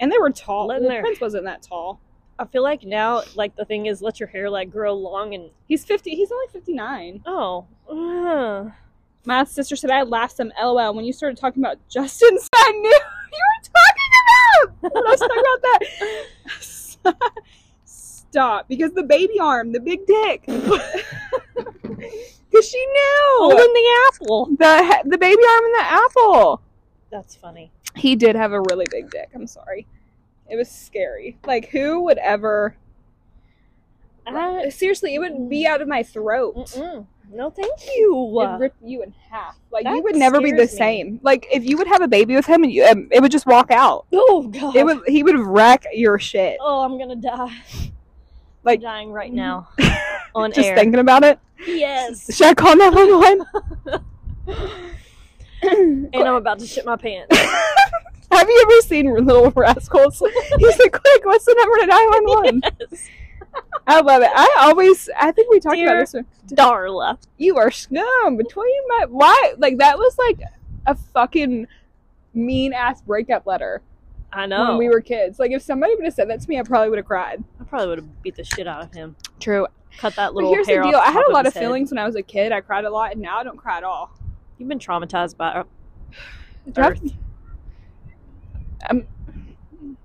Speaker 1: And they were tall.
Speaker 2: Let
Speaker 1: Well,
Speaker 2: there-
Speaker 1: Prince wasn't that tall.
Speaker 2: I feel like now, like the thing is, let your hair like grow long and
Speaker 1: He's fifty he's only fifty nine.
Speaker 2: oh, uh,
Speaker 1: My sister said I laughed some LOL when you started talking about Justin. So I knew you were talking about when I was talking about that. Stop, because the baby arm, the big dick, because she
Speaker 2: holding
Speaker 1: knew
Speaker 2: the apple.
Speaker 1: the the baby arm and the apple.
Speaker 2: That's funny.
Speaker 1: He did have a really big dick. I'm sorry, it was scary. Like who would ever?
Speaker 2: I,
Speaker 1: Seriously, it would be out of my throat.
Speaker 2: mm-mm. no, thank you.
Speaker 1: It'd rip you in half. Like
Speaker 2: That
Speaker 1: you would never be the
Speaker 2: scares me.
Speaker 1: same. Like if you would have a baby with him, and you, um, it would just walk out.
Speaker 2: oh god.
Speaker 1: It would. He would wreck your shit.
Speaker 2: oh, I'm gonna die.
Speaker 1: Like-
Speaker 2: I'm dying right now on
Speaker 1: just
Speaker 2: air.
Speaker 1: thinking about it.
Speaker 2: yes,
Speaker 1: Should I call nine one
Speaker 2: and
Speaker 1: one?
Speaker 2: I'm about to shit my pants.
Speaker 1: Have you ever seen Little Rascals? He's like, quick, what's the number to nine one one?
Speaker 2: Yes.
Speaker 1: I love it. I always. I think we talked about
Speaker 2: Dear-
Speaker 1: this one.
Speaker 2: Darla.
Speaker 1: you are scum between my why like that was like a fucking mean ass breakup letter
Speaker 2: I know.
Speaker 1: when we were kids like if somebody would have said that to me i probably would have cried
Speaker 2: I probably would have beat the shit out of him.
Speaker 1: true
Speaker 2: Cut that
Speaker 1: but
Speaker 2: little
Speaker 1: here's
Speaker 2: hair
Speaker 1: the deal
Speaker 2: off.
Speaker 1: i had
Speaker 2: top
Speaker 1: a lot
Speaker 2: his
Speaker 1: of
Speaker 2: head.
Speaker 1: feelings when i was a kid i cried a lot and now i don't cry at all
Speaker 2: You've been traumatized by.
Speaker 1: Drop-
Speaker 2: Earth.
Speaker 1: um,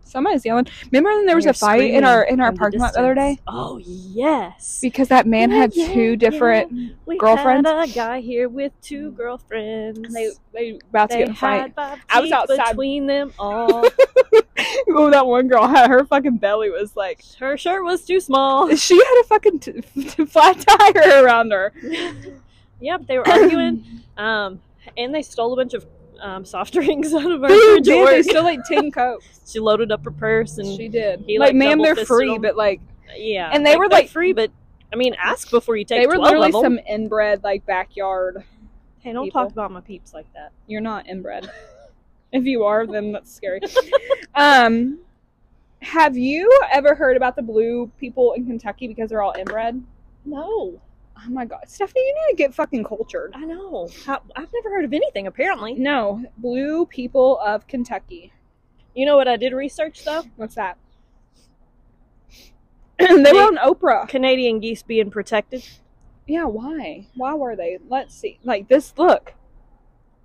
Speaker 1: somebody's yelling remember when there was
Speaker 2: You're
Speaker 1: a fight in
Speaker 2: screaming
Speaker 1: our in our
Speaker 2: the
Speaker 1: parking lot the other day
Speaker 2: distance. Oh yes.
Speaker 1: because that man
Speaker 2: Yeah,
Speaker 1: had
Speaker 2: yeah, yeah.
Speaker 1: two different
Speaker 2: we
Speaker 1: girlfriends.
Speaker 2: had a guy here with two girlfriends.
Speaker 1: and they they about to
Speaker 2: They
Speaker 1: get in a fight
Speaker 2: had five
Speaker 1: I was
Speaker 2: teeth
Speaker 1: outside.
Speaker 2: between them all.
Speaker 1: oh that one girl her fucking belly was like
Speaker 2: Her shirt was too small.
Speaker 1: she had a fucking t- flat tire around her
Speaker 2: Yep, they were arguing. Um, and they stole a bunch of um, soft drinks out of our
Speaker 1: Who
Speaker 2: fridge. at
Speaker 1: did? They
Speaker 2: work.
Speaker 1: still like tin cokes.
Speaker 2: She loaded up her purse and
Speaker 1: she did.
Speaker 2: he,
Speaker 1: like,
Speaker 2: like,
Speaker 1: ma'am, they're
Speaker 2: double-fisted
Speaker 1: free,
Speaker 2: them.
Speaker 1: but like
Speaker 2: yeah,
Speaker 1: And they were,
Speaker 2: they're
Speaker 1: like-
Speaker 2: free, but I mean, ask before you take.
Speaker 1: they were
Speaker 2: 12
Speaker 1: literally
Speaker 2: of 'em.
Speaker 1: some inbred like backyard.
Speaker 2: Hey, don't
Speaker 1: people.
Speaker 2: talk about my peeps like that.
Speaker 1: You're not inbred. if you are, then that's scary. um, have you ever heard about the blue people in Kentucky because they're all inbred?
Speaker 2: No,
Speaker 1: Oh my god, Stephanie, you need to get fucking cultured.
Speaker 2: I know. I, I've never heard of anything. Apparently,
Speaker 1: No, blue people of Kentucky.
Speaker 2: you know what I did research though.
Speaker 1: What's that? they were on Oprah.
Speaker 2: Canadian geese being protected.
Speaker 1: Yeah, why? Why were they? Let's see. Like this, look,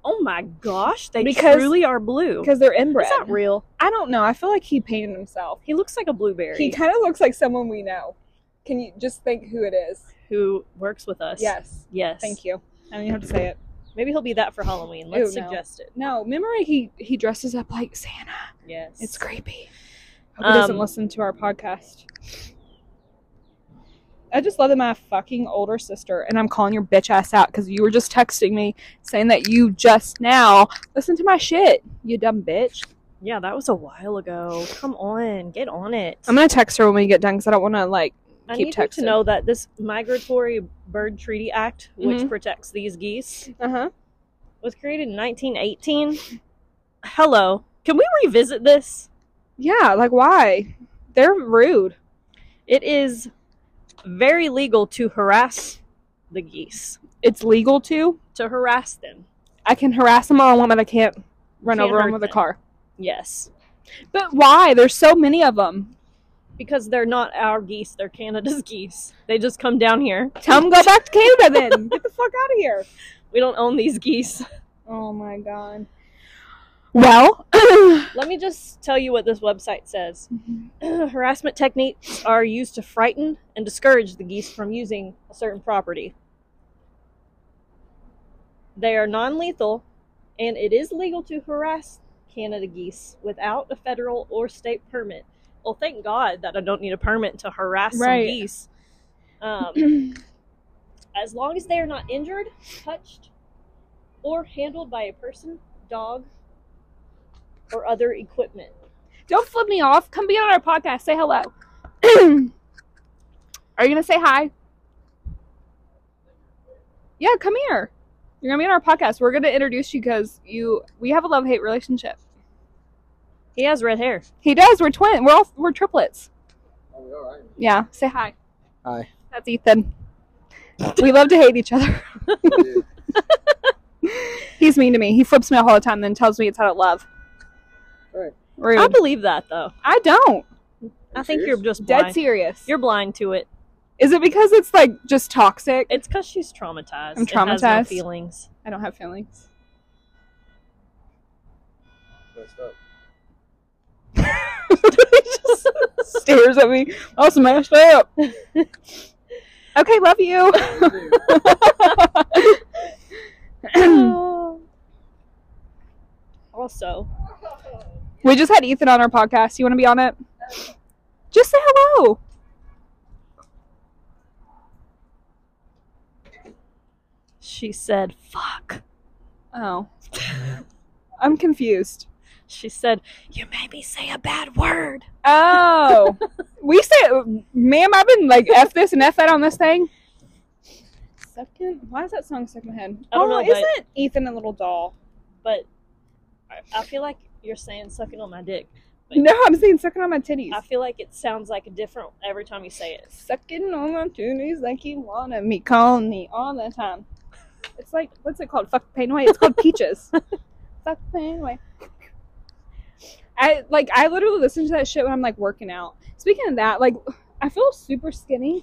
Speaker 2: Oh my gosh, they
Speaker 1: Because-
Speaker 2: truly are blue.
Speaker 1: because they're
Speaker 2: Is
Speaker 1: inbred.
Speaker 2: that real?
Speaker 1: I don't know. I feel like he painted himself.
Speaker 2: He looks like a blueberry
Speaker 1: He kind of looks like someone we know. Can you just think who it is?
Speaker 2: who works with us.
Speaker 1: Yes.
Speaker 2: Yes.
Speaker 1: Thank you. I don't even have to say it.
Speaker 2: Maybe he'll be that for Halloween. Let's
Speaker 1: Ooh, no.
Speaker 2: suggest it.
Speaker 1: No, memory. He he dresses up like Santa.
Speaker 2: Yes.
Speaker 1: It's creepy. Hope he
Speaker 2: Um,
Speaker 1: doesn't listen to our podcast. I just love that my fucking older sister and I'm calling your bitch ass out because you were just texting me saying that you just now listen to my shit, you dumb bitch.
Speaker 2: Yeah, that was a while ago. Come on, get on it.
Speaker 1: I'm gonna text her when we get done because I don't want to like.
Speaker 2: I
Speaker 1: keep
Speaker 2: need you
Speaker 1: texting.
Speaker 2: to know that this Migratory Bird Treaty Act,
Speaker 1: Mm-hmm.
Speaker 2: which protects these geese,
Speaker 1: Uh huh.
Speaker 2: was created in 1918. Hello, can we revisit this?
Speaker 1: Yeah, like why? They're rude.
Speaker 2: It is very legal to harass the geese,
Speaker 1: It's legal to.
Speaker 2: to harass them.
Speaker 1: I can harass them all I want, but I can't run
Speaker 2: Can't
Speaker 1: over them
Speaker 2: hurt
Speaker 1: with a
Speaker 2: them.
Speaker 1: car.
Speaker 2: Yes,
Speaker 1: But why? There's so many of them.
Speaker 2: because they're not our geese; they're Canada's geese. They just come down here.
Speaker 1: Tell them go back to Canada then. Get the fuck out of here.
Speaker 2: We don't own these geese.
Speaker 1: Oh my god. Well,
Speaker 2: Let me just tell you what this website says. Harassment techniques are used to frighten and discourage the geese from using a certain property. They are non lethal, and it is legal to harass Canada geese without a federal or state permit. Well, thank God that I don't need a permit to harass
Speaker 1: Right.
Speaker 2: some geese. Um, as long as they are not injured, touched, or handled by a person, dog, or other equipment.
Speaker 1: don't flip me off. Come be on our podcast. Say hello. Are you gonna say hi? Yeah, come here. You're gonna be on our podcast. We're gonna introduce you because you we have a love hate relationship.
Speaker 2: He has red hair.
Speaker 1: He does. We're twin. We're all we're triplets.
Speaker 3: Oh, we are.
Speaker 1: Yeah. Say hi.
Speaker 3: Hi.
Speaker 1: That's Ethan. we love to hate each other.
Speaker 3: Dude,
Speaker 1: He's mean to me. He flips me off all the time, then tells me it's out of love.
Speaker 3: Right.
Speaker 2: I
Speaker 1: Rude.
Speaker 2: believe that though.
Speaker 1: I don't.
Speaker 2: I
Speaker 3: you
Speaker 2: think
Speaker 3: serious?
Speaker 2: you're just
Speaker 1: Dead
Speaker 2: blind.
Speaker 1: serious.
Speaker 2: You're blind to it.
Speaker 1: Is it because it's like just toxic?
Speaker 2: It's because she's traumatized.
Speaker 1: I'm
Speaker 2: It has no
Speaker 1: traumatized.
Speaker 2: feelings.
Speaker 1: I don't have feelings.
Speaker 3: messed up.
Speaker 1: Stares at me. All smashed up. okay, love you.
Speaker 3: Dude,
Speaker 2: also,
Speaker 1: we just had Ethan on our podcast. You want to be on it? Just say hello.
Speaker 2: she said, "Fuck."
Speaker 1: Oh. I'm confused.
Speaker 2: She said, "You made me say a bad word."
Speaker 1: Oh. we say, ma'am, I've been like F this and F that on this thing. Second, why is that song stuck in my head?
Speaker 2: I don't
Speaker 1: oh,
Speaker 2: know, but-
Speaker 1: isn't Ethan a little doll?
Speaker 2: But I- I feel like you're saying "sucking on my dick." Wait.
Speaker 1: No, I'm saying sucking on my titties.
Speaker 2: I feel like it sounds like a different every time you say it.
Speaker 1: Sucking on my titties like you wanted me, calling me all the time. It's like what's it called? Fuck pain away. It's called peaches. Fuck pain away. I like I literally listen to that shit when I'm like working out. Speaking of that, like I feel super skinny.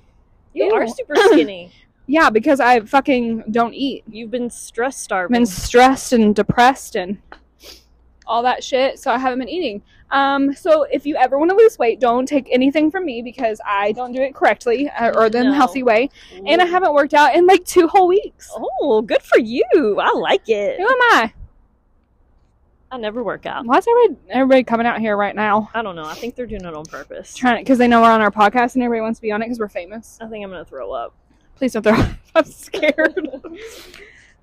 Speaker 2: You
Speaker 1: Ew.
Speaker 2: are super skinny.
Speaker 1: Yeah, because I fucking don't eat.
Speaker 2: You've been stress
Speaker 1: I've
Speaker 2: starving.
Speaker 1: been stressed and depressed and all that shit, so I haven't been eating. Um, so if you ever want to lose weight, don't take anything from me because I don't do it correctly uh, or the
Speaker 2: No.
Speaker 1: healthy way. and I haven't worked out in like two whole weeks.
Speaker 2: Oh, good for you! I like it.
Speaker 1: Who am I?
Speaker 2: I never work out.
Speaker 1: Why is everybody, everybody coming out here right now?
Speaker 2: I don't know. I think they're doing it on purpose.
Speaker 1: Trying because they know we're on our podcast and everybody wants to be on it because we're famous.
Speaker 2: I think I'm gonna throw up.
Speaker 1: Please don't throw. I'm scared.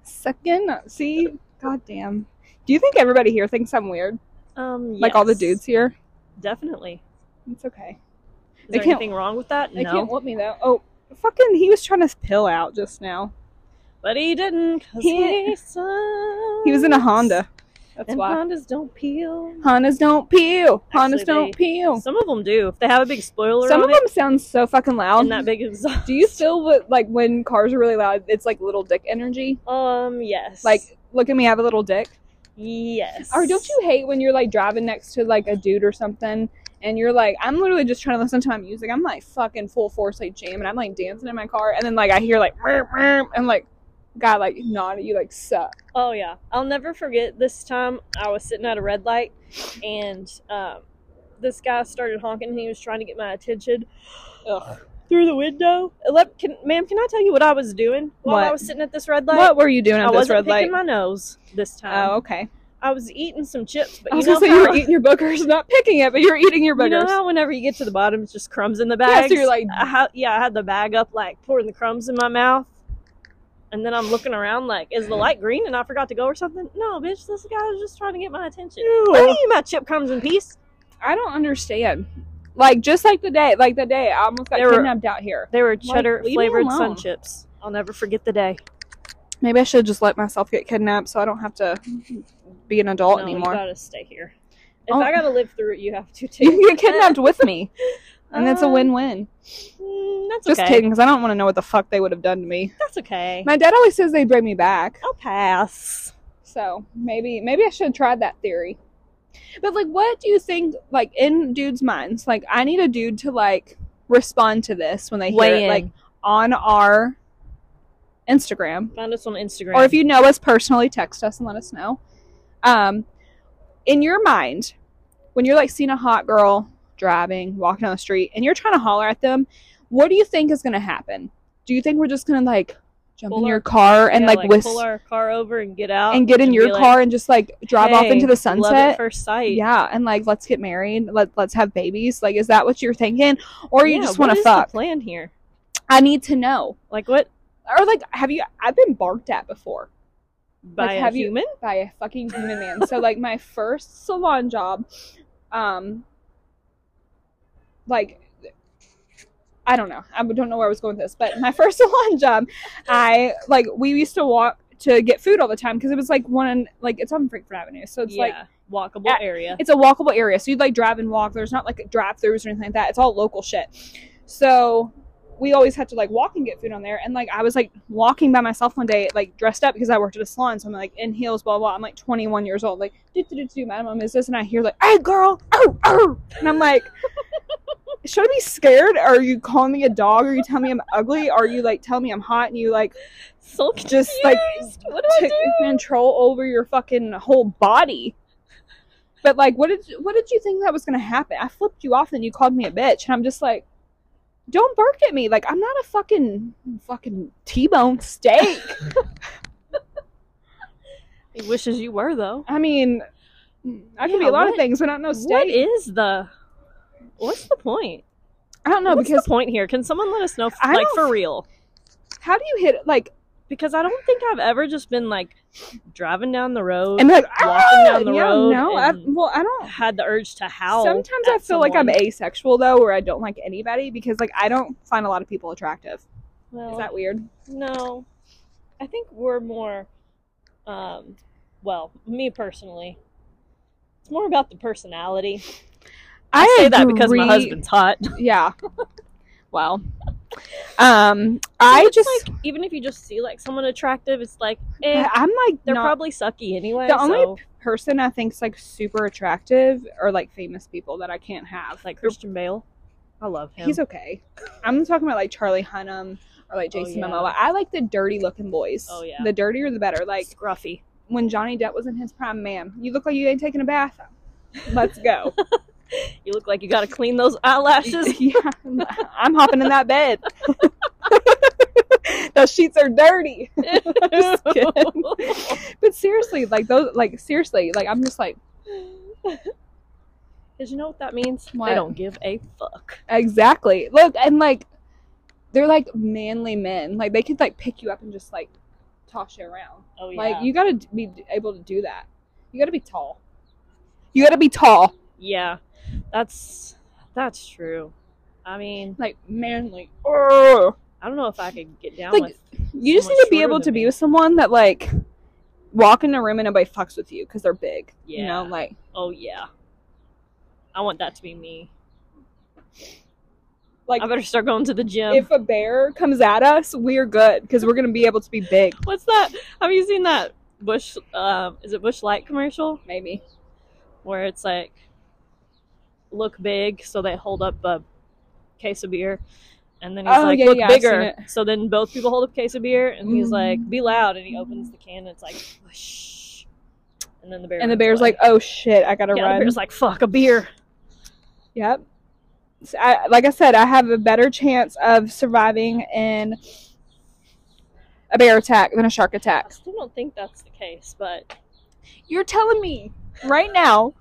Speaker 1: Second, see, goddamn. Do you think everybody here thinks I'm weird?
Speaker 2: Um,
Speaker 1: Like all the
Speaker 2: yes,
Speaker 1: dudes here?
Speaker 2: Definitely.
Speaker 1: It's okay.
Speaker 2: Is
Speaker 1: They
Speaker 2: there
Speaker 1: can't-
Speaker 2: anything wrong with that?
Speaker 1: They
Speaker 2: no,
Speaker 1: can't whoop me though. Oh, fucking! He was trying to pill out just now.
Speaker 2: but he didn't. 'cause
Speaker 1: He-
Speaker 2: he,
Speaker 1: He was in a
Speaker 2: sucks.
Speaker 1: Honda. That's
Speaker 2: and
Speaker 1: why.
Speaker 2: Hondas don't peel.
Speaker 1: Hondas don't peel. Hondas
Speaker 2: Actually,
Speaker 1: don't
Speaker 2: they-
Speaker 1: peel.
Speaker 2: Some of them do. If they have a big spoiler
Speaker 1: Oh. Some of
Speaker 2: on it
Speaker 1: them sound so fucking loud.
Speaker 2: and that big exhaust.
Speaker 1: Do you still what- like when cars are really loud? It's like little dick energy.
Speaker 2: Um, yes.
Speaker 1: Like, look at me, I have a little dick.
Speaker 2: yes.
Speaker 1: Or don't you hate when you're like driving next to like a dude or something, and you're like, I'm literally just trying to listen to my music. I'm like fucking full force like jamming. I'm like dancing in my car, and then like I hear like, "Meow, meow," and like, God, like nod at you like suck.
Speaker 2: Oh yeah, I'll never forget. This time I was sitting at a red light, and um, this guy started honking. and He was trying to get my attention Ugh. through the window. Let, can, ma'am, can I tell you what I was doing while
Speaker 1: What?
Speaker 2: I was sitting at this red light?
Speaker 1: what were you doing at
Speaker 2: I
Speaker 1: this
Speaker 2: wasn't
Speaker 1: red light?
Speaker 2: picking my nose this time.
Speaker 1: oh, okay.
Speaker 2: I was eating some chips, but
Speaker 1: I
Speaker 2: you
Speaker 1: was
Speaker 2: know
Speaker 1: gonna say
Speaker 2: how,
Speaker 1: you were eating your boogers, not picking it, but you were eating your
Speaker 2: you know
Speaker 1: boogers.
Speaker 2: how whenever you get to the bottom, it's just crumbs in the
Speaker 1: yeah,
Speaker 2: bag.
Speaker 1: so you're like,
Speaker 2: I ha- yeah, I had the bag up, like pouring the crumbs in my mouth, and then I'm looking around, like, is the light green? And I forgot to go or something? No, bitch, this guy was just trying to get my attention. Let me
Speaker 1: ew.
Speaker 2: eat my chip crumbs in peace.
Speaker 1: I don't understand. Like just like the day, like the day I almost got
Speaker 2: They were-
Speaker 1: kidnapped out here.
Speaker 2: They were cheddar
Speaker 1: leave me
Speaker 2: flavored sun
Speaker 1: alone.
Speaker 2: chips. I'll never forget the day.
Speaker 1: Maybe I should just let myself get kidnapped so I don't have to be an adult
Speaker 2: No,
Speaker 1: anymore.
Speaker 2: You gotta stay here. If
Speaker 1: Oh.
Speaker 2: I gotta live through it, you have to too.
Speaker 1: You can get kidnapped with me, and that's a
Speaker 2: Um,
Speaker 1: win-win.
Speaker 2: Mm, that's
Speaker 1: Just
Speaker 2: okay.
Speaker 1: kidding, because I don't want to know what the fuck they would have done to me.
Speaker 2: That's okay.
Speaker 1: My dad always says they bring me back,
Speaker 2: I'll pass.
Speaker 1: so maybe maybe I should try that theory. But like, what do you think? Like in dudes' minds, like I need a dude to like respond to this when they hear
Speaker 2: Weigh
Speaker 1: it,
Speaker 2: in.
Speaker 1: like on our Instagram.
Speaker 2: Find us on Instagram.
Speaker 1: or if you know us personally, text us and let us know. Um, in your mind, when you're like seeing a hot girl driving, walking down the street, and you're trying to holler at them, what do you think is going to happen? Do you think we're just going to like jump
Speaker 2: Pull
Speaker 1: in
Speaker 2: our-
Speaker 1: your car and
Speaker 2: Yeah,
Speaker 1: like,
Speaker 2: pull
Speaker 1: whistle
Speaker 2: our car over and get out
Speaker 1: and get in
Speaker 2: and
Speaker 1: your
Speaker 2: be like,
Speaker 1: car and just like drive off
Speaker 2: "Hey,
Speaker 1: into the
Speaker 2: Love at
Speaker 1: sunset?
Speaker 2: first sight.
Speaker 1: Yeah, and like let's get married, let let's have babies. Like, is that what you're thinking, or you
Speaker 2: Yeah,
Speaker 1: just
Speaker 2: what
Speaker 1: want to
Speaker 2: is the
Speaker 1: fuck?
Speaker 2: plan here.
Speaker 1: I need to know.
Speaker 2: Like what?
Speaker 1: Or like, have you? I've been barked at before.
Speaker 2: By a
Speaker 1: have you-
Speaker 2: human?
Speaker 1: by a fucking human man. so like my first salon job, um, like I don't know, I don't know where I was going with this, but my first salon job, I like we used to walk to get food all the time because it was like one like it's on Frankfurt Avenue, so it's
Speaker 2: yeah.
Speaker 1: like
Speaker 2: walkable
Speaker 1: Yeah,
Speaker 2: area.
Speaker 1: it's a walkable area, so you'd like drive and walk. There's not like drive throughs or anything like that. It's all local shit. So we always had to like walk and get food on there. And like I was like walking by myself one day, like dressed up because I worked at a salon, so I'm like in heels, blah blah. I'm like 21 years old, like do do do do, madam, is this? And I hear like, hey girl, oh oh, and I'm like. Should I be scared? Are you calling me a dog? Are you telling me I'm ugly? Are you like telling me I'm hot? And you like
Speaker 2: So
Speaker 1: just like
Speaker 2: confused. what do I
Speaker 1: took
Speaker 2: do?
Speaker 1: control over your fucking whole body. But like, what did what did you think that was gonna happen? I flipped you off and you called me a bitch, and I'm just like, don't bark at me. Like I'm not a fucking fucking T-bone steak.
Speaker 2: He wishes you were though.
Speaker 1: I mean, I could be
Speaker 2: Yeah,
Speaker 1: a lot
Speaker 2: what-
Speaker 1: of things, but I'm no
Speaker 2: What
Speaker 1: steak.
Speaker 2: is the? What's the point?
Speaker 1: I don't know
Speaker 2: What's
Speaker 1: because
Speaker 2: the point here? Can someone let us know, f-
Speaker 1: I
Speaker 2: like
Speaker 1: don't-
Speaker 2: for real?
Speaker 1: how do you hit it? like
Speaker 2: Because I don't think I've ever just been like driving down the road
Speaker 1: and be like
Speaker 2: Walking
Speaker 1: "Ah!"
Speaker 2: down the
Speaker 1: yeah,
Speaker 2: road
Speaker 1: No, I,
Speaker 2: and-
Speaker 1: well, I don't.
Speaker 2: had the urge to howl.
Speaker 1: Sometimes I
Speaker 2: at
Speaker 1: feel like I'm
Speaker 2: someone.
Speaker 1: asexual though, where I don't like anybody because like I don't find a lot of people attractive.
Speaker 2: Well,
Speaker 1: Is that weird?
Speaker 2: no, I think we're more. Um, well, me personally, it's more about the personality.
Speaker 1: I,
Speaker 2: say that because my
Speaker 1: agree-
Speaker 2: husband's hot.
Speaker 1: Yeah. Well, um, I
Speaker 2: It's
Speaker 1: just
Speaker 2: like, even if you just see like someone attractive, it's like eh,
Speaker 1: I'm like
Speaker 2: they're
Speaker 1: not-
Speaker 2: probably sucky anyway.
Speaker 1: The only
Speaker 2: so,
Speaker 1: person I think's like super attractive or like famous people that I can't have.
Speaker 2: like Christian Bale, I love him.
Speaker 1: He's okay. I'm talking about like Charlie Hunnam or like
Speaker 2: Oh,
Speaker 1: Jason
Speaker 2: yeah.
Speaker 1: Momoa. I like the dirty looking boys.
Speaker 2: Oh, yeah.
Speaker 1: The dirtier the better. Like
Speaker 2: scruffy.
Speaker 1: when Johnny Depp was in his prime, ma'am, you look like you ain't taking a bath. Let's go.
Speaker 2: You look like you gotta clean those eyelashes.
Speaker 1: yeah, I'm hopping in that bed. Those sheets are dirty. Just kidding. But seriously, like those, like seriously, like I'm just like
Speaker 2: Cause you know what that means?
Speaker 1: What?
Speaker 2: They don't give a fuck.
Speaker 1: exactly. Look, and like they're like manly men. Like they could like pick you up and just like toss you around.
Speaker 2: Oh yeah.
Speaker 1: Like you gotta be able to do that. You gotta be tall. You gotta be tall,
Speaker 2: yeah, that's that's true. I mean,
Speaker 1: like manly. Urgh.
Speaker 2: I don't know if I could get down
Speaker 1: Like-
Speaker 2: with.
Speaker 1: You just
Speaker 2: Someone
Speaker 1: need to be
Speaker 2: shorter
Speaker 1: able
Speaker 2: than
Speaker 1: to be
Speaker 2: me.
Speaker 1: with someone that like walk in a room and nobody fucks with you because they're big. You know,
Speaker 2: Yeah.
Speaker 1: like
Speaker 2: Oh yeah, I want that to be me.
Speaker 1: like
Speaker 2: I better start going to the gym.
Speaker 1: if a bear comes at us, we're good because we're gonna be able to be big.
Speaker 2: What's that? Have you seen that Bush? Um, is it Bush Light commercial
Speaker 1: Maybe.
Speaker 2: where it's like look big, so they hold up a case of beer, and then he's
Speaker 1: Oh,
Speaker 2: like
Speaker 1: yeah,
Speaker 2: look
Speaker 1: yeah, I've
Speaker 2: bigger.
Speaker 1: seen
Speaker 2: So then both people hold up a case of beer, and he's
Speaker 1: Mm.
Speaker 2: like be loud, and he opens the can, and it's like whoosh, and then the bear
Speaker 1: And the
Speaker 2: runs
Speaker 1: bear's
Speaker 2: away.
Speaker 1: like, oh shit, I gotta
Speaker 2: yeah, the
Speaker 1: run.
Speaker 2: bear's like fuck a beer.
Speaker 1: yep. So I, like I said, I have a better chance of surviving in a bear attack than a shark
Speaker 2: I
Speaker 1: attack.
Speaker 2: still don't think that's the case, but
Speaker 1: You're telling me right now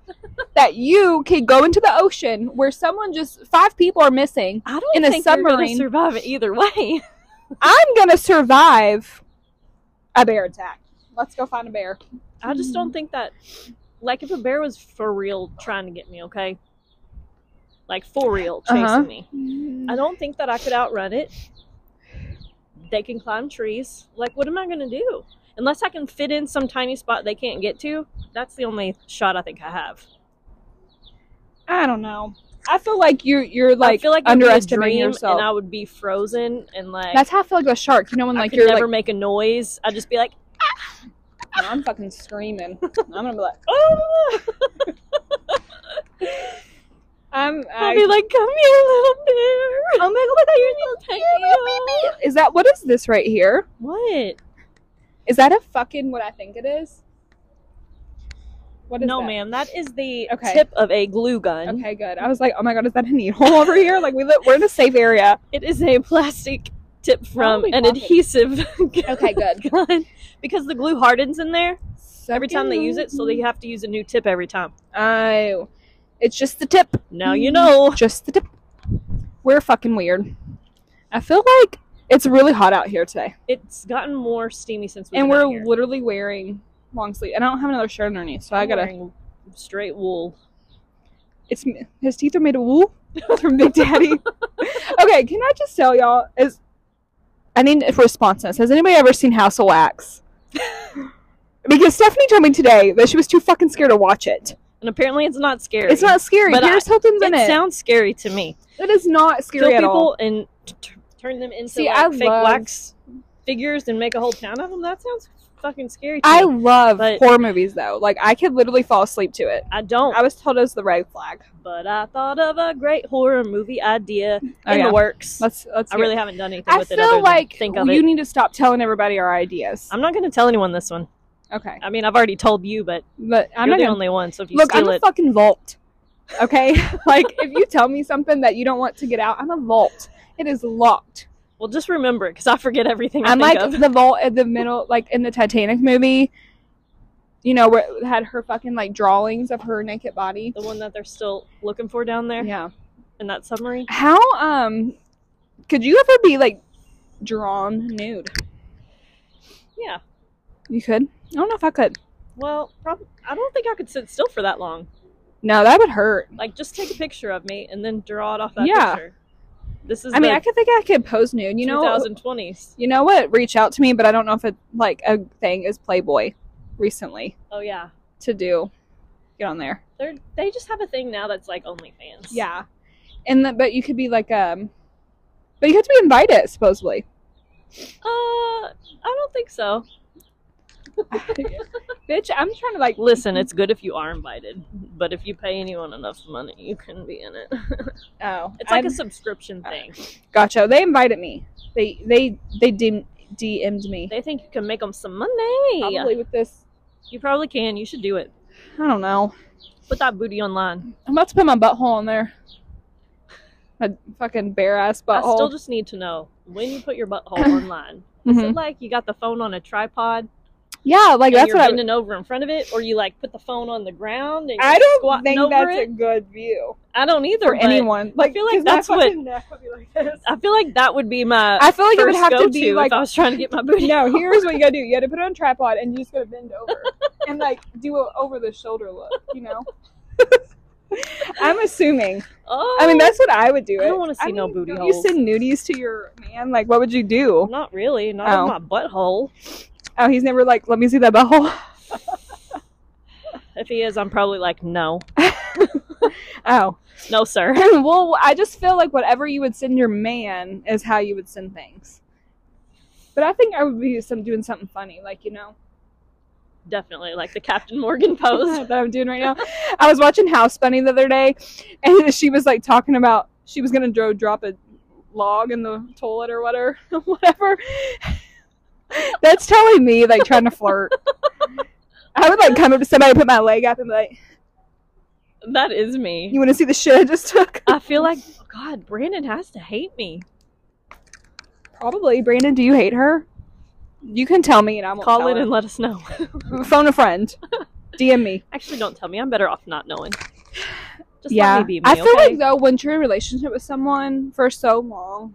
Speaker 1: that you could go into the ocean where someone just five people are missing.
Speaker 2: I don't
Speaker 1: In a
Speaker 2: think you're gonna
Speaker 1: submarine.
Speaker 2: survive it either way.
Speaker 1: I'm gonna survive a bear attack. Let's go find a bear.
Speaker 2: I just
Speaker 1: Mm.
Speaker 2: don't think that. Like, if a bear was for real trying to get me, okay, like for real chasing
Speaker 1: Uh-huh.
Speaker 2: me, I don't think that I could outrun it. They can climb trees. Like, what am I gonna do? Unless I can fit in some tiny spot they can't get to, that's the only shot I think I have.
Speaker 1: I don't know. I feel like you're you're like,
Speaker 2: I feel like it would be a
Speaker 1: underestimating
Speaker 2: dream
Speaker 1: yourself.
Speaker 2: and I would be frozen and like
Speaker 1: That's how I feel like with sharks. You know when
Speaker 2: I
Speaker 1: like
Speaker 2: could
Speaker 1: you're
Speaker 2: never
Speaker 1: like
Speaker 2: make a noise. I'd just be like,
Speaker 1: I'm fucking screaming. I'm gonna be like
Speaker 2: oh,
Speaker 1: I'm
Speaker 2: I'd be like, come here, little bear.
Speaker 1: Oh my god, you're Is that what is this right here?
Speaker 2: What?
Speaker 1: Is that a fucking what I think it is? What is
Speaker 2: no,
Speaker 1: that?
Speaker 2: ma'am. That is the
Speaker 1: Okay.
Speaker 2: tip of a glue gun.
Speaker 1: Okay, good. I was like, oh my god, is that a needle over here? Like we live, we're in a safe area.
Speaker 2: It is a plastic tip from
Speaker 1: we
Speaker 2: an
Speaker 1: talking?
Speaker 2: adhesive
Speaker 1: Okay, good.
Speaker 2: gun because the glue hardens in there every time they use it, so they
Speaker 1: Sucking-
Speaker 2: have to use a new tip every time.
Speaker 1: Oh, it's just the tip.
Speaker 2: Now
Speaker 1: Hmm.
Speaker 2: you know.
Speaker 1: Just the tip. We're fucking weird. I feel like it's really hot out here today,
Speaker 2: It's gotten more steamy since we've
Speaker 1: and
Speaker 2: been
Speaker 1: we're
Speaker 2: out here.
Speaker 1: literally wearing long sleeve. And I don't have another shirt underneath, so I
Speaker 2: I'm
Speaker 1: gotta.
Speaker 2: wearing straight wool.
Speaker 1: It's his teeth are made of wool from Big Daddy. okay, can I just tell y'all? Is I need a response to this. Has anybody ever seen House of Wax? because Stephanie told me today that she was too fucking scared to watch it.
Speaker 2: And apparently, it's not scary.
Speaker 1: It's not scary.
Speaker 2: But I-
Speaker 1: Here's Hilton's in
Speaker 2: It
Speaker 1: it.
Speaker 2: sounds scary to me.
Speaker 1: it is not
Speaker 2: Kill
Speaker 1: scary at
Speaker 2: people
Speaker 1: all.
Speaker 2: and t- t- turn them into
Speaker 1: See,
Speaker 2: like,
Speaker 1: I
Speaker 2: fake
Speaker 1: love-
Speaker 2: wax figures and make a whole town of them. That sounds fucking scary. To
Speaker 1: I
Speaker 2: me.
Speaker 1: love
Speaker 2: But-
Speaker 1: horror movies though. Like I could literally fall asleep to it.
Speaker 2: I don't.
Speaker 1: I was told it was the red flag.
Speaker 2: but I thought of a great horror movie idea
Speaker 1: Oh,
Speaker 2: in
Speaker 1: yeah.
Speaker 2: the works.
Speaker 1: Let's let's.
Speaker 2: I
Speaker 1: hear it.
Speaker 2: really haven't done anything
Speaker 1: I
Speaker 2: with it. Other
Speaker 1: feel like
Speaker 2: than think of
Speaker 1: you
Speaker 2: it.
Speaker 1: need to stop telling everybody our ideas.
Speaker 2: I'm not going to tell anyone this one.
Speaker 1: okay,
Speaker 2: I mean, I've already told you, but
Speaker 1: but I'm not
Speaker 2: you're the
Speaker 1: gonna
Speaker 2: only one. So if you
Speaker 1: Look, I'm
Speaker 2: steal
Speaker 1: a
Speaker 2: it,
Speaker 1: fucking vault. Okay? like if you tell me something that you don't want to get out, I'm a vault. It is locked.
Speaker 2: well, just remember because I forget everything. I
Speaker 1: I'm
Speaker 2: think
Speaker 1: like
Speaker 2: of.
Speaker 1: the vault at the middle like in the Titanic movie. You know, where it had her fucking like drawings of her naked body.
Speaker 2: the one that they're still looking for down there
Speaker 1: Yeah.
Speaker 2: in that submarine.
Speaker 1: How um could you ever be like drawn nude?
Speaker 2: Yeah.
Speaker 1: You could? I don't know if I could.
Speaker 2: Well, prob- I don't think I could sit still for that long.
Speaker 1: No, that would hurt.
Speaker 2: Like, just take a picture of me and then draw it off that
Speaker 1: Yeah.
Speaker 2: picture. This is
Speaker 1: I mean,
Speaker 2: the
Speaker 1: I could think I could pose nude. You know,
Speaker 2: 2020s.
Speaker 1: you know what? Reach out to me, but I don't know if it like a thing is Playboy recently.
Speaker 2: Oh yeah,
Speaker 1: to do. Get on there.
Speaker 2: they're they just have a thing now that's like OnlyFans.
Speaker 1: Yeah, and the, but you could be like um, but you have to be invited supposedly.
Speaker 2: Uh, I don't think so.
Speaker 1: Bitch, I'm trying to like.
Speaker 2: Listen, it's good if you are invited, but if you pay anyone enough money, you can be in it.
Speaker 1: Oh,
Speaker 2: It's like
Speaker 1: I'm- Uh,
Speaker 2: a subscription thing.
Speaker 1: gotcha. They invited me. They they they DM, DM'd me.
Speaker 2: They think you can make them some money.
Speaker 1: Probably with this.
Speaker 2: You probably can. You should do it.
Speaker 1: I don't know.
Speaker 2: Put that booty online.
Speaker 1: I'm about to put my butthole in there. My fucking bare ass
Speaker 2: I still
Speaker 1: butthole.
Speaker 2: just need to know when you put your butthole online. Is
Speaker 1: Mhm.
Speaker 2: it like you got the phone on a tripod
Speaker 1: Yeah, like
Speaker 2: and
Speaker 1: that's
Speaker 2: you're
Speaker 1: what I.
Speaker 2: bending over in front of it, or you like put the phone on the ground and
Speaker 1: I
Speaker 2: you're
Speaker 1: don't
Speaker 2: squatting
Speaker 1: think
Speaker 2: over
Speaker 1: that's
Speaker 2: it?
Speaker 1: a good view
Speaker 2: I don't either.
Speaker 1: for
Speaker 2: but
Speaker 1: anyone. Like,
Speaker 2: feel like
Speaker 1: 'cause my
Speaker 2: that's what-
Speaker 1: fucking neck would be like this.
Speaker 2: I feel like that would be my
Speaker 1: I feel like it would
Speaker 2: first
Speaker 1: have to
Speaker 2: go-to
Speaker 1: be like
Speaker 2: if I was trying to get my booty.
Speaker 1: No,
Speaker 2: out.
Speaker 1: here's what you gotta do. You gotta put it on a tripod and you just gotta bend over and like do a over the shoulder look, you know? I'm assuming.
Speaker 2: Oh,
Speaker 1: I mean, that's what I would do.
Speaker 2: I don't
Speaker 1: it.
Speaker 2: wanna see no booty
Speaker 1: don't
Speaker 2: holes.
Speaker 1: You send nudies to your man, like what would you do?
Speaker 2: not really. Not
Speaker 1: Oh.
Speaker 2: on my butthole.
Speaker 1: Oh, he's never like, let me see that butthole.
Speaker 2: If he is, I'm probably like, no,
Speaker 1: Oh,
Speaker 2: no, sir.
Speaker 1: well, I just feel like whatever you would send your man is how you would send things. But I think I would be some doing something funny, like you know.
Speaker 2: Definitely like the Captain Morgan pose.
Speaker 1: that I'm doing right now. I was watching House Bunny the other day, and she was like talking about she was gonna dro- drop a log in the toilet or whatever, whatever. That's telling me like trying to flirt. I would like come up to somebody, put my leg up, and be like,
Speaker 2: that is me.
Speaker 1: "You want to see the shit I just took?"
Speaker 2: I feel like God, Brandon has to hate me.
Speaker 1: Probably, Brandon. Do you hate her? You can tell me, and I won't
Speaker 2: Call
Speaker 1: tell
Speaker 2: in
Speaker 1: her.
Speaker 2: and let us know.
Speaker 1: phone a friend, DM me.
Speaker 2: Actually, don't tell me. I'm better off not knowing. Just
Speaker 1: yeah,
Speaker 2: let me be me.
Speaker 1: I feel
Speaker 2: okay?
Speaker 1: like though when you're in a relationship with someone for so long,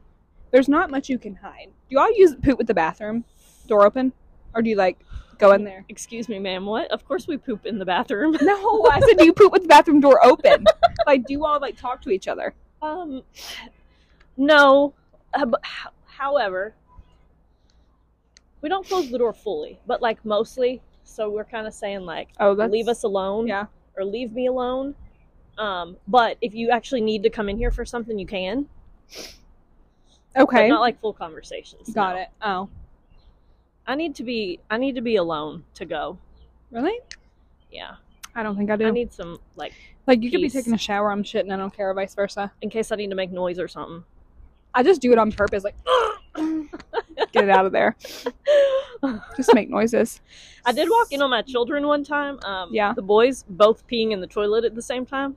Speaker 1: there's not much you can hide. Do y'all use poop with the bathroom door open, or do you like go in there?
Speaker 2: Excuse me, ma'am. What? Of course we poop in the bathroom.
Speaker 1: No, I said, do you poop with the bathroom door open? like, do you all like talk to each other?
Speaker 2: Um, no. Uh, but h- however, we don't close the door fully, but like mostly. So we're kind of saying like,
Speaker 1: Oh, that's
Speaker 2: leave us alone.
Speaker 1: Yeah.
Speaker 2: Or leave me alone. Um, but if you actually need to come in here for something, you can. But
Speaker 1: okay.
Speaker 2: not like full conversations.
Speaker 1: Got
Speaker 2: no.
Speaker 1: it. Oh,
Speaker 2: I need to be. I need to be alone to go.
Speaker 1: really?
Speaker 2: Yeah.
Speaker 1: I don't think I do.
Speaker 2: I need some like
Speaker 1: like, you could be
Speaker 2: peace.
Speaker 1: taking a shower, I'm shitting, I don't care, vice versa.
Speaker 2: in case I need to make noise or something.
Speaker 1: I just do it on purpose, like, get it out of there. Just make noises.
Speaker 2: I did walk in on my children one time. Um,
Speaker 1: Yeah.
Speaker 2: The boys both peeing in the toilet at the same time.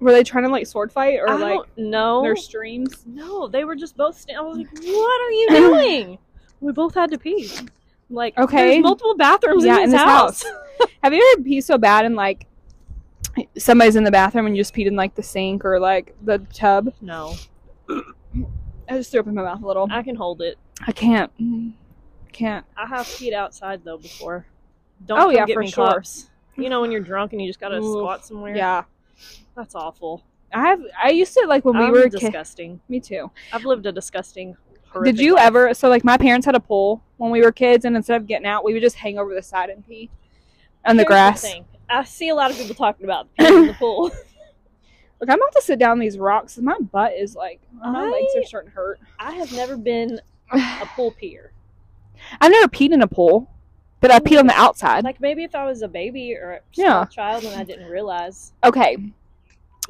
Speaker 1: Were they trying to like sword fight or
Speaker 2: I
Speaker 1: like
Speaker 2: don't know.
Speaker 1: their streams?
Speaker 2: No, they were just both standing. I was like, what are you doing? we both had to pee. I'm like,
Speaker 1: Okay.
Speaker 2: there's multiple bathrooms
Speaker 1: Yeah,
Speaker 2: in this house.
Speaker 1: Have you ever peed so bad and like somebody's in the bathroom and you just peed in like the sink or like the tub?
Speaker 2: no,
Speaker 1: I just threw up in my mouth a little. I,
Speaker 2: I can hold it.
Speaker 1: can't. Can't.
Speaker 2: I have peed outside, though, before. Don't
Speaker 1: Oh,
Speaker 2: come
Speaker 1: yeah,
Speaker 2: get
Speaker 1: for
Speaker 2: me
Speaker 1: sure.
Speaker 2: cops. You know when you're drunk and you just gotta
Speaker 1: Oof,
Speaker 2: squat somewhere?
Speaker 1: Yeah.
Speaker 2: That's awful.
Speaker 1: I have. I used to like when we
Speaker 2: I'm
Speaker 1: were kids.
Speaker 2: disgusting.
Speaker 1: Me too.
Speaker 2: I've lived a disgusting, horrific
Speaker 1: Did you
Speaker 2: life.
Speaker 1: ever? So like my parents had a pool when we were kids, and instead of getting out, we would just hang over the side and pee, on the
Speaker 2: Here's
Speaker 1: grass.
Speaker 2: thing. I see a lot of people talking about peeing in the pool.
Speaker 1: Like I'm about to sit down these rocks, and my butt is like my
Speaker 2: I-
Speaker 1: legs are starting to hurt.
Speaker 2: I have never been a pool peer.
Speaker 1: I never peed in a pool, but I peed on the outside.
Speaker 2: Like maybe if I was a baby or a
Speaker 1: Yeah.
Speaker 2: small child and I didn't realize.
Speaker 1: Okay,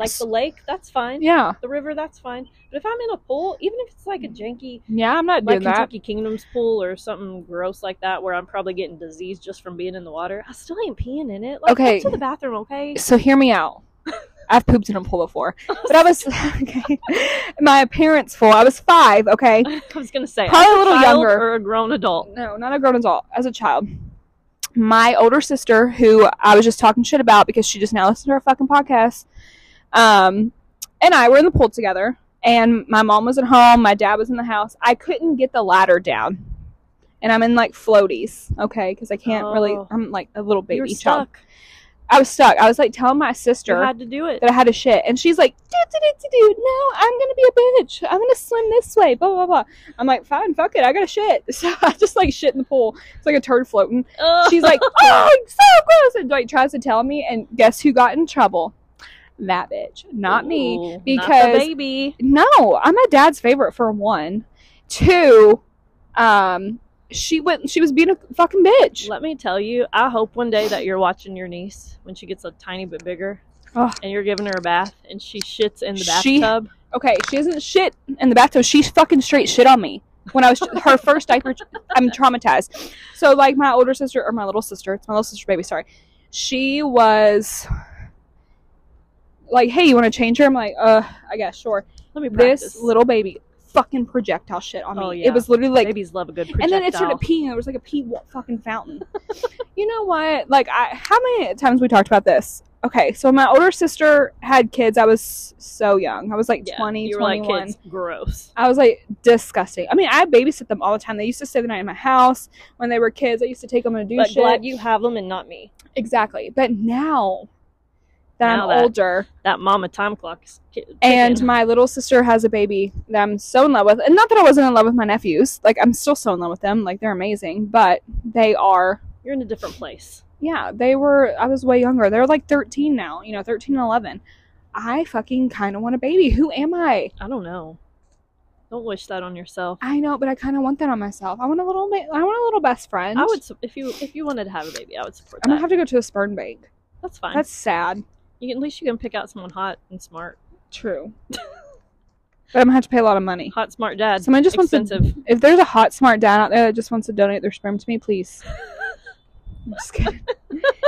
Speaker 2: Like the lake, that's fine.
Speaker 1: yeah,
Speaker 2: The river, that's fine. But if I'm in a pool, even if it's like a janky,
Speaker 1: yeah, I'm not
Speaker 2: like
Speaker 1: doing that.
Speaker 2: Kentucky Kingdoms pool or something gross like that, where I'm probably getting disease just from being in the water, I still ain't peeing in it. Like,
Speaker 1: Okay.
Speaker 2: go to the bathroom, okay?
Speaker 1: So hear me out. I've pooped in a pool before, but I was okay. My parents' pool. I was five. Okay,
Speaker 2: I was gonna say
Speaker 1: Probably
Speaker 2: as
Speaker 1: a little
Speaker 2: child
Speaker 1: younger.
Speaker 2: or a grown adult.
Speaker 1: no, not a grown adult, as a child. My older sister, who I was just talking shit about because she just now listened to our fucking podcast, um, and I were in the pool together. And my mom was at home, my dad was in the house. I couldn't get the ladder down, and I'm in like floaties, okay, because I can't really.
Speaker 2: Oh.
Speaker 1: I'm like a little baby
Speaker 2: You're
Speaker 1: child.
Speaker 2: stuck.
Speaker 1: I was stuck. I was like telling my sister
Speaker 2: You had to do it.
Speaker 1: that I had a shit, and she's like, "Do do do do do, no, I'm gonna be a bitch. I'm gonna swim this way." Blah blah blah. I'm like, "Fine, fuck it, I got to shit." So I just like shit in the pool. It's like a turd floating.
Speaker 2: Ugh.
Speaker 1: She's like, "Oh, so gross!" And like tries to tell me, and guess who got in trouble? That bitch, not me.
Speaker 2: Ooh, not the
Speaker 1: because-
Speaker 2: baby.
Speaker 1: No, I'm my dad's favorite for one. Two, um, she went. She was being a fucking bitch.
Speaker 2: Let me tell you, I hope one day that you're watching your niece when she gets a tiny bit bigger,
Speaker 1: Ugh.
Speaker 2: and you're giving her a bath, and she shits in the
Speaker 1: She-
Speaker 2: bathtub.
Speaker 1: Okay, she doesn't shit in the bathtub. She fucking straight shit on me when I was her first diaper. I'm traumatized. So like my older sister or my little sister, it's my little sister baby. Sorry, she was like, "Hey, you want to change her?" I'm like, "Uh, I guess sure."
Speaker 2: Let me practice.
Speaker 1: This little baby fucking projectile shit on me.
Speaker 2: Oh, yeah.
Speaker 1: It was literally like,
Speaker 2: babies love a good
Speaker 1: and
Speaker 2: projectile.
Speaker 1: then it started peeing. It was like a pee wa- fucking fountain. you know what? Like I, how many times we talked about this? Okay, so when my older sister had kids. I was so young. I was like
Speaker 2: Yeah,
Speaker 1: twenty,
Speaker 2: you were
Speaker 1: twenty-one.
Speaker 2: like, kids, gross.
Speaker 1: I was like disgusting. I mean, I babysit them all the time. They used to stay the night in my house when they were kids. I used to take them to do
Speaker 2: But
Speaker 1: shit.
Speaker 2: glad you have them and not me.
Speaker 1: exactly. But now that
Speaker 2: Now
Speaker 1: I'm
Speaker 2: that-
Speaker 1: older
Speaker 2: That mama time clock is ki- ticking.
Speaker 1: and my little sister has a baby that I'm so in love with, and not that I wasn't in love with my nephews, like I'm still so in love with them. Like they're amazing, but they are.
Speaker 2: you're in a different place.
Speaker 1: Yeah, they were. I was way younger. They're like 13 now. You know, 13 and 11. I fucking kind of want a baby. Who am I?
Speaker 2: I don't know. Don't wish that on yourself.
Speaker 1: I know, but I kind of want that on myself. I want a little. ma- I want a little best friend.
Speaker 2: I would su- if you if you wanted to have a baby, I would support
Speaker 1: I'm
Speaker 2: that.
Speaker 1: gonna have to go to a sperm bank.
Speaker 2: That's fine.
Speaker 1: That's sad.
Speaker 2: You can, at least you can pick out someone hot and smart.
Speaker 1: True. but I'm gonna have to pay a lot of money.
Speaker 2: Hot smart dad.
Speaker 1: Someone just wants to.
Speaker 2: expensive.
Speaker 1: If there's a hot smart dad out there that just wants to donate their sperm to me, please. I'm just kidding.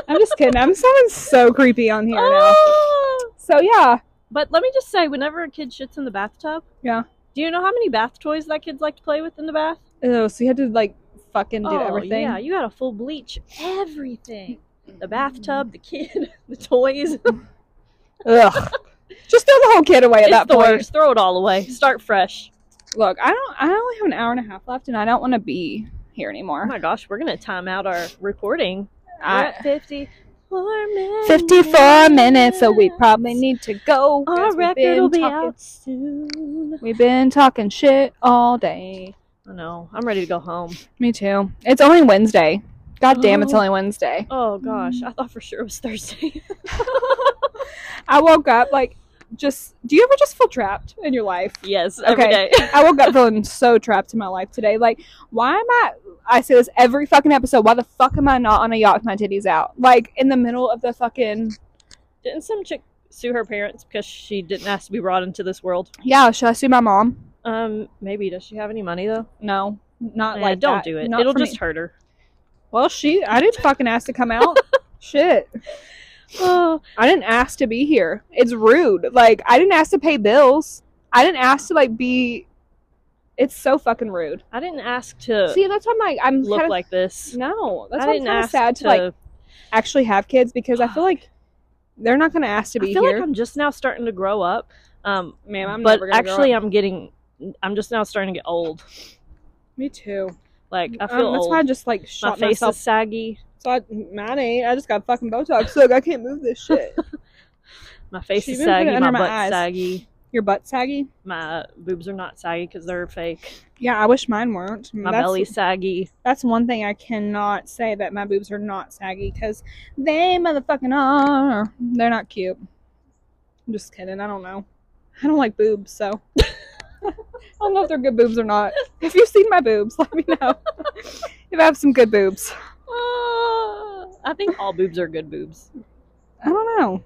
Speaker 1: I'm just kidding. I'm sounding so creepy on here now.
Speaker 2: Ah!
Speaker 1: So yeah,
Speaker 2: But let me just say, whenever a kid shits in the bathtub,
Speaker 1: Yeah.
Speaker 2: Do you know how many bath toys that kids like to play with in the bath?
Speaker 1: Ew, so you had to like fucking did
Speaker 2: Oh,
Speaker 1: everything.
Speaker 2: Yeah, you got a full bleach. Everything. The bathtub, the kid, the toys.
Speaker 1: Ugh. Just throw the whole kid away at
Speaker 2: It's
Speaker 1: that
Speaker 2: the
Speaker 1: point.
Speaker 2: worst. Throw it all away. Start fresh.
Speaker 1: Look, I don't. I only have an hour and a half left, and I don't want to be here anymore.
Speaker 2: Oh my gosh, we're gonna time out our recording. We're
Speaker 1: I,
Speaker 2: at fifty-four minutes.
Speaker 1: Fifty-four minutes, so we probably need to go. 'cause
Speaker 2: Our
Speaker 1: we've
Speaker 2: record
Speaker 1: been
Speaker 2: will be
Speaker 1: talking-
Speaker 2: out soon.
Speaker 1: We've been talking shit all day.
Speaker 2: I know. I'm ready to go home.
Speaker 1: Me too. It's only Wednesday. God damn, it's
Speaker 2: Oh.
Speaker 1: only Wednesday.
Speaker 2: Oh gosh, I thought for sure it was Thursday.
Speaker 1: I woke up like just. Do you ever just feel trapped in your life?
Speaker 2: yes, every
Speaker 1: Okay.
Speaker 2: day.
Speaker 1: I woke up feeling so trapped in my life today. Like, why am I? I say this every fucking episode. Why the fuck am I not on a yacht with my titties out? Like in the middle of the fucking
Speaker 2: Didn't some chick sue her parents because she didn't ask to be brought into this world?
Speaker 1: yeah. Should I sue my mom?
Speaker 2: Um, maybe. Does she have any money though?
Speaker 1: No, not
Speaker 2: Nah,
Speaker 1: like
Speaker 2: Eh, don't
Speaker 1: that.
Speaker 2: do it.
Speaker 1: Not
Speaker 2: It'll
Speaker 1: for me.
Speaker 2: just hurt her.
Speaker 1: Well, she. I didn't fucking ask to come out. Shit,
Speaker 2: Oh,
Speaker 1: I didn't ask to be here. It's rude. Like I didn't ask to pay bills. I didn't ask to like be. It's so fucking rude.
Speaker 2: I didn't ask to
Speaker 1: See, that's why I'm like I'm
Speaker 2: look
Speaker 1: kind of,
Speaker 2: like this.
Speaker 1: no. That's
Speaker 2: I
Speaker 1: why I'm
Speaker 2: didn't
Speaker 1: kind of
Speaker 2: ask
Speaker 1: sad to,
Speaker 2: to.
Speaker 1: like actually have kids because I feel like they're not gonna ask to be
Speaker 2: I feel
Speaker 1: here.
Speaker 2: like I'm just now starting to grow up. Um,
Speaker 1: Ma'am, I'm
Speaker 2: but
Speaker 1: never gonna grow
Speaker 2: actually,
Speaker 1: up.
Speaker 2: I'm getting. I'm just now starting to get old.
Speaker 1: me too.
Speaker 2: Like I
Speaker 1: Um,
Speaker 2: feel
Speaker 1: that's
Speaker 2: old.
Speaker 1: why I just like
Speaker 2: My
Speaker 1: shot
Speaker 2: face
Speaker 1: myself.
Speaker 2: is saggy.
Speaker 1: So I, mine ain't. I just got fucking Botox. Look, I can't move this shit.
Speaker 2: My face
Speaker 1: She
Speaker 2: is
Speaker 1: even put it
Speaker 2: saggy. My
Speaker 1: under my
Speaker 2: butt's
Speaker 1: eyes.
Speaker 2: saggy.
Speaker 1: Your butt saggy.
Speaker 2: My boobs are not saggy because they're fake.
Speaker 1: Yeah, I wish mine weren't.
Speaker 2: My
Speaker 1: that's,
Speaker 2: belly's saggy.
Speaker 1: That's one thing I cannot say that my boobs are not saggy because they motherfucking are. They're not cute. I'm just kidding. I don't know. I don't like boobs, so I don't know if they're good boobs or not. If you've seen my boobs, let me know. if I have some good boobs,
Speaker 2: Ah, I think all boobs are good boobs.
Speaker 1: I don't know.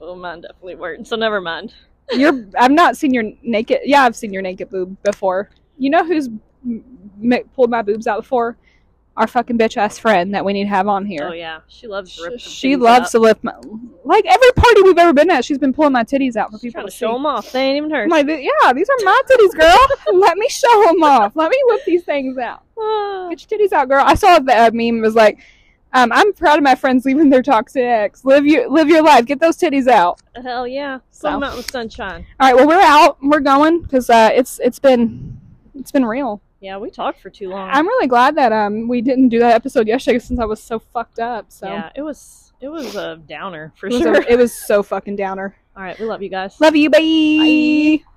Speaker 2: Oh, mine definitely weren't. So never mind.
Speaker 1: You're. I've not seen your naked. Yeah, I've seen your naked boob before. You know who's m- m- pulled my boobs out before? Our fucking bitch ass friend that we need to have on here.
Speaker 2: Oh yeah, she loves. to
Speaker 1: Sh-
Speaker 2: rip them
Speaker 1: she
Speaker 2: titties
Speaker 1: loves
Speaker 2: Up.
Speaker 1: to lift my like every party we've ever been at. She's been pulling my titties out for
Speaker 2: She's
Speaker 1: people
Speaker 2: trying
Speaker 1: to
Speaker 2: to
Speaker 1: see.
Speaker 2: show them off. They ain't even hers.
Speaker 1: I'm like, yeah, these are my titties, girl. Let me show them off. Let me whip these things out.
Speaker 2: Ah.
Speaker 1: Get your titties out, girl. I saw that meme it was like, um, I'm proud of my friends leaving their toxic ex. Live your live your life. Get those titties out.
Speaker 2: Hell yeah.
Speaker 1: So.
Speaker 2: So. Mountain with sunshine.
Speaker 1: All right, well we're out. We're going because uh, it's it's been it's been real.
Speaker 2: Yeah, we talked for too long.
Speaker 1: I'm really glad that um we didn't do that episode yesterday since I was so fucked up. So
Speaker 2: Yeah, it was it was a downer for
Speaker 1: it, was
Speaker 2: sure.
Speaker 1: a- it was so fucking downer.
Speaker 2: All right, we love you guys.
Speaker 1: Love you. Bye.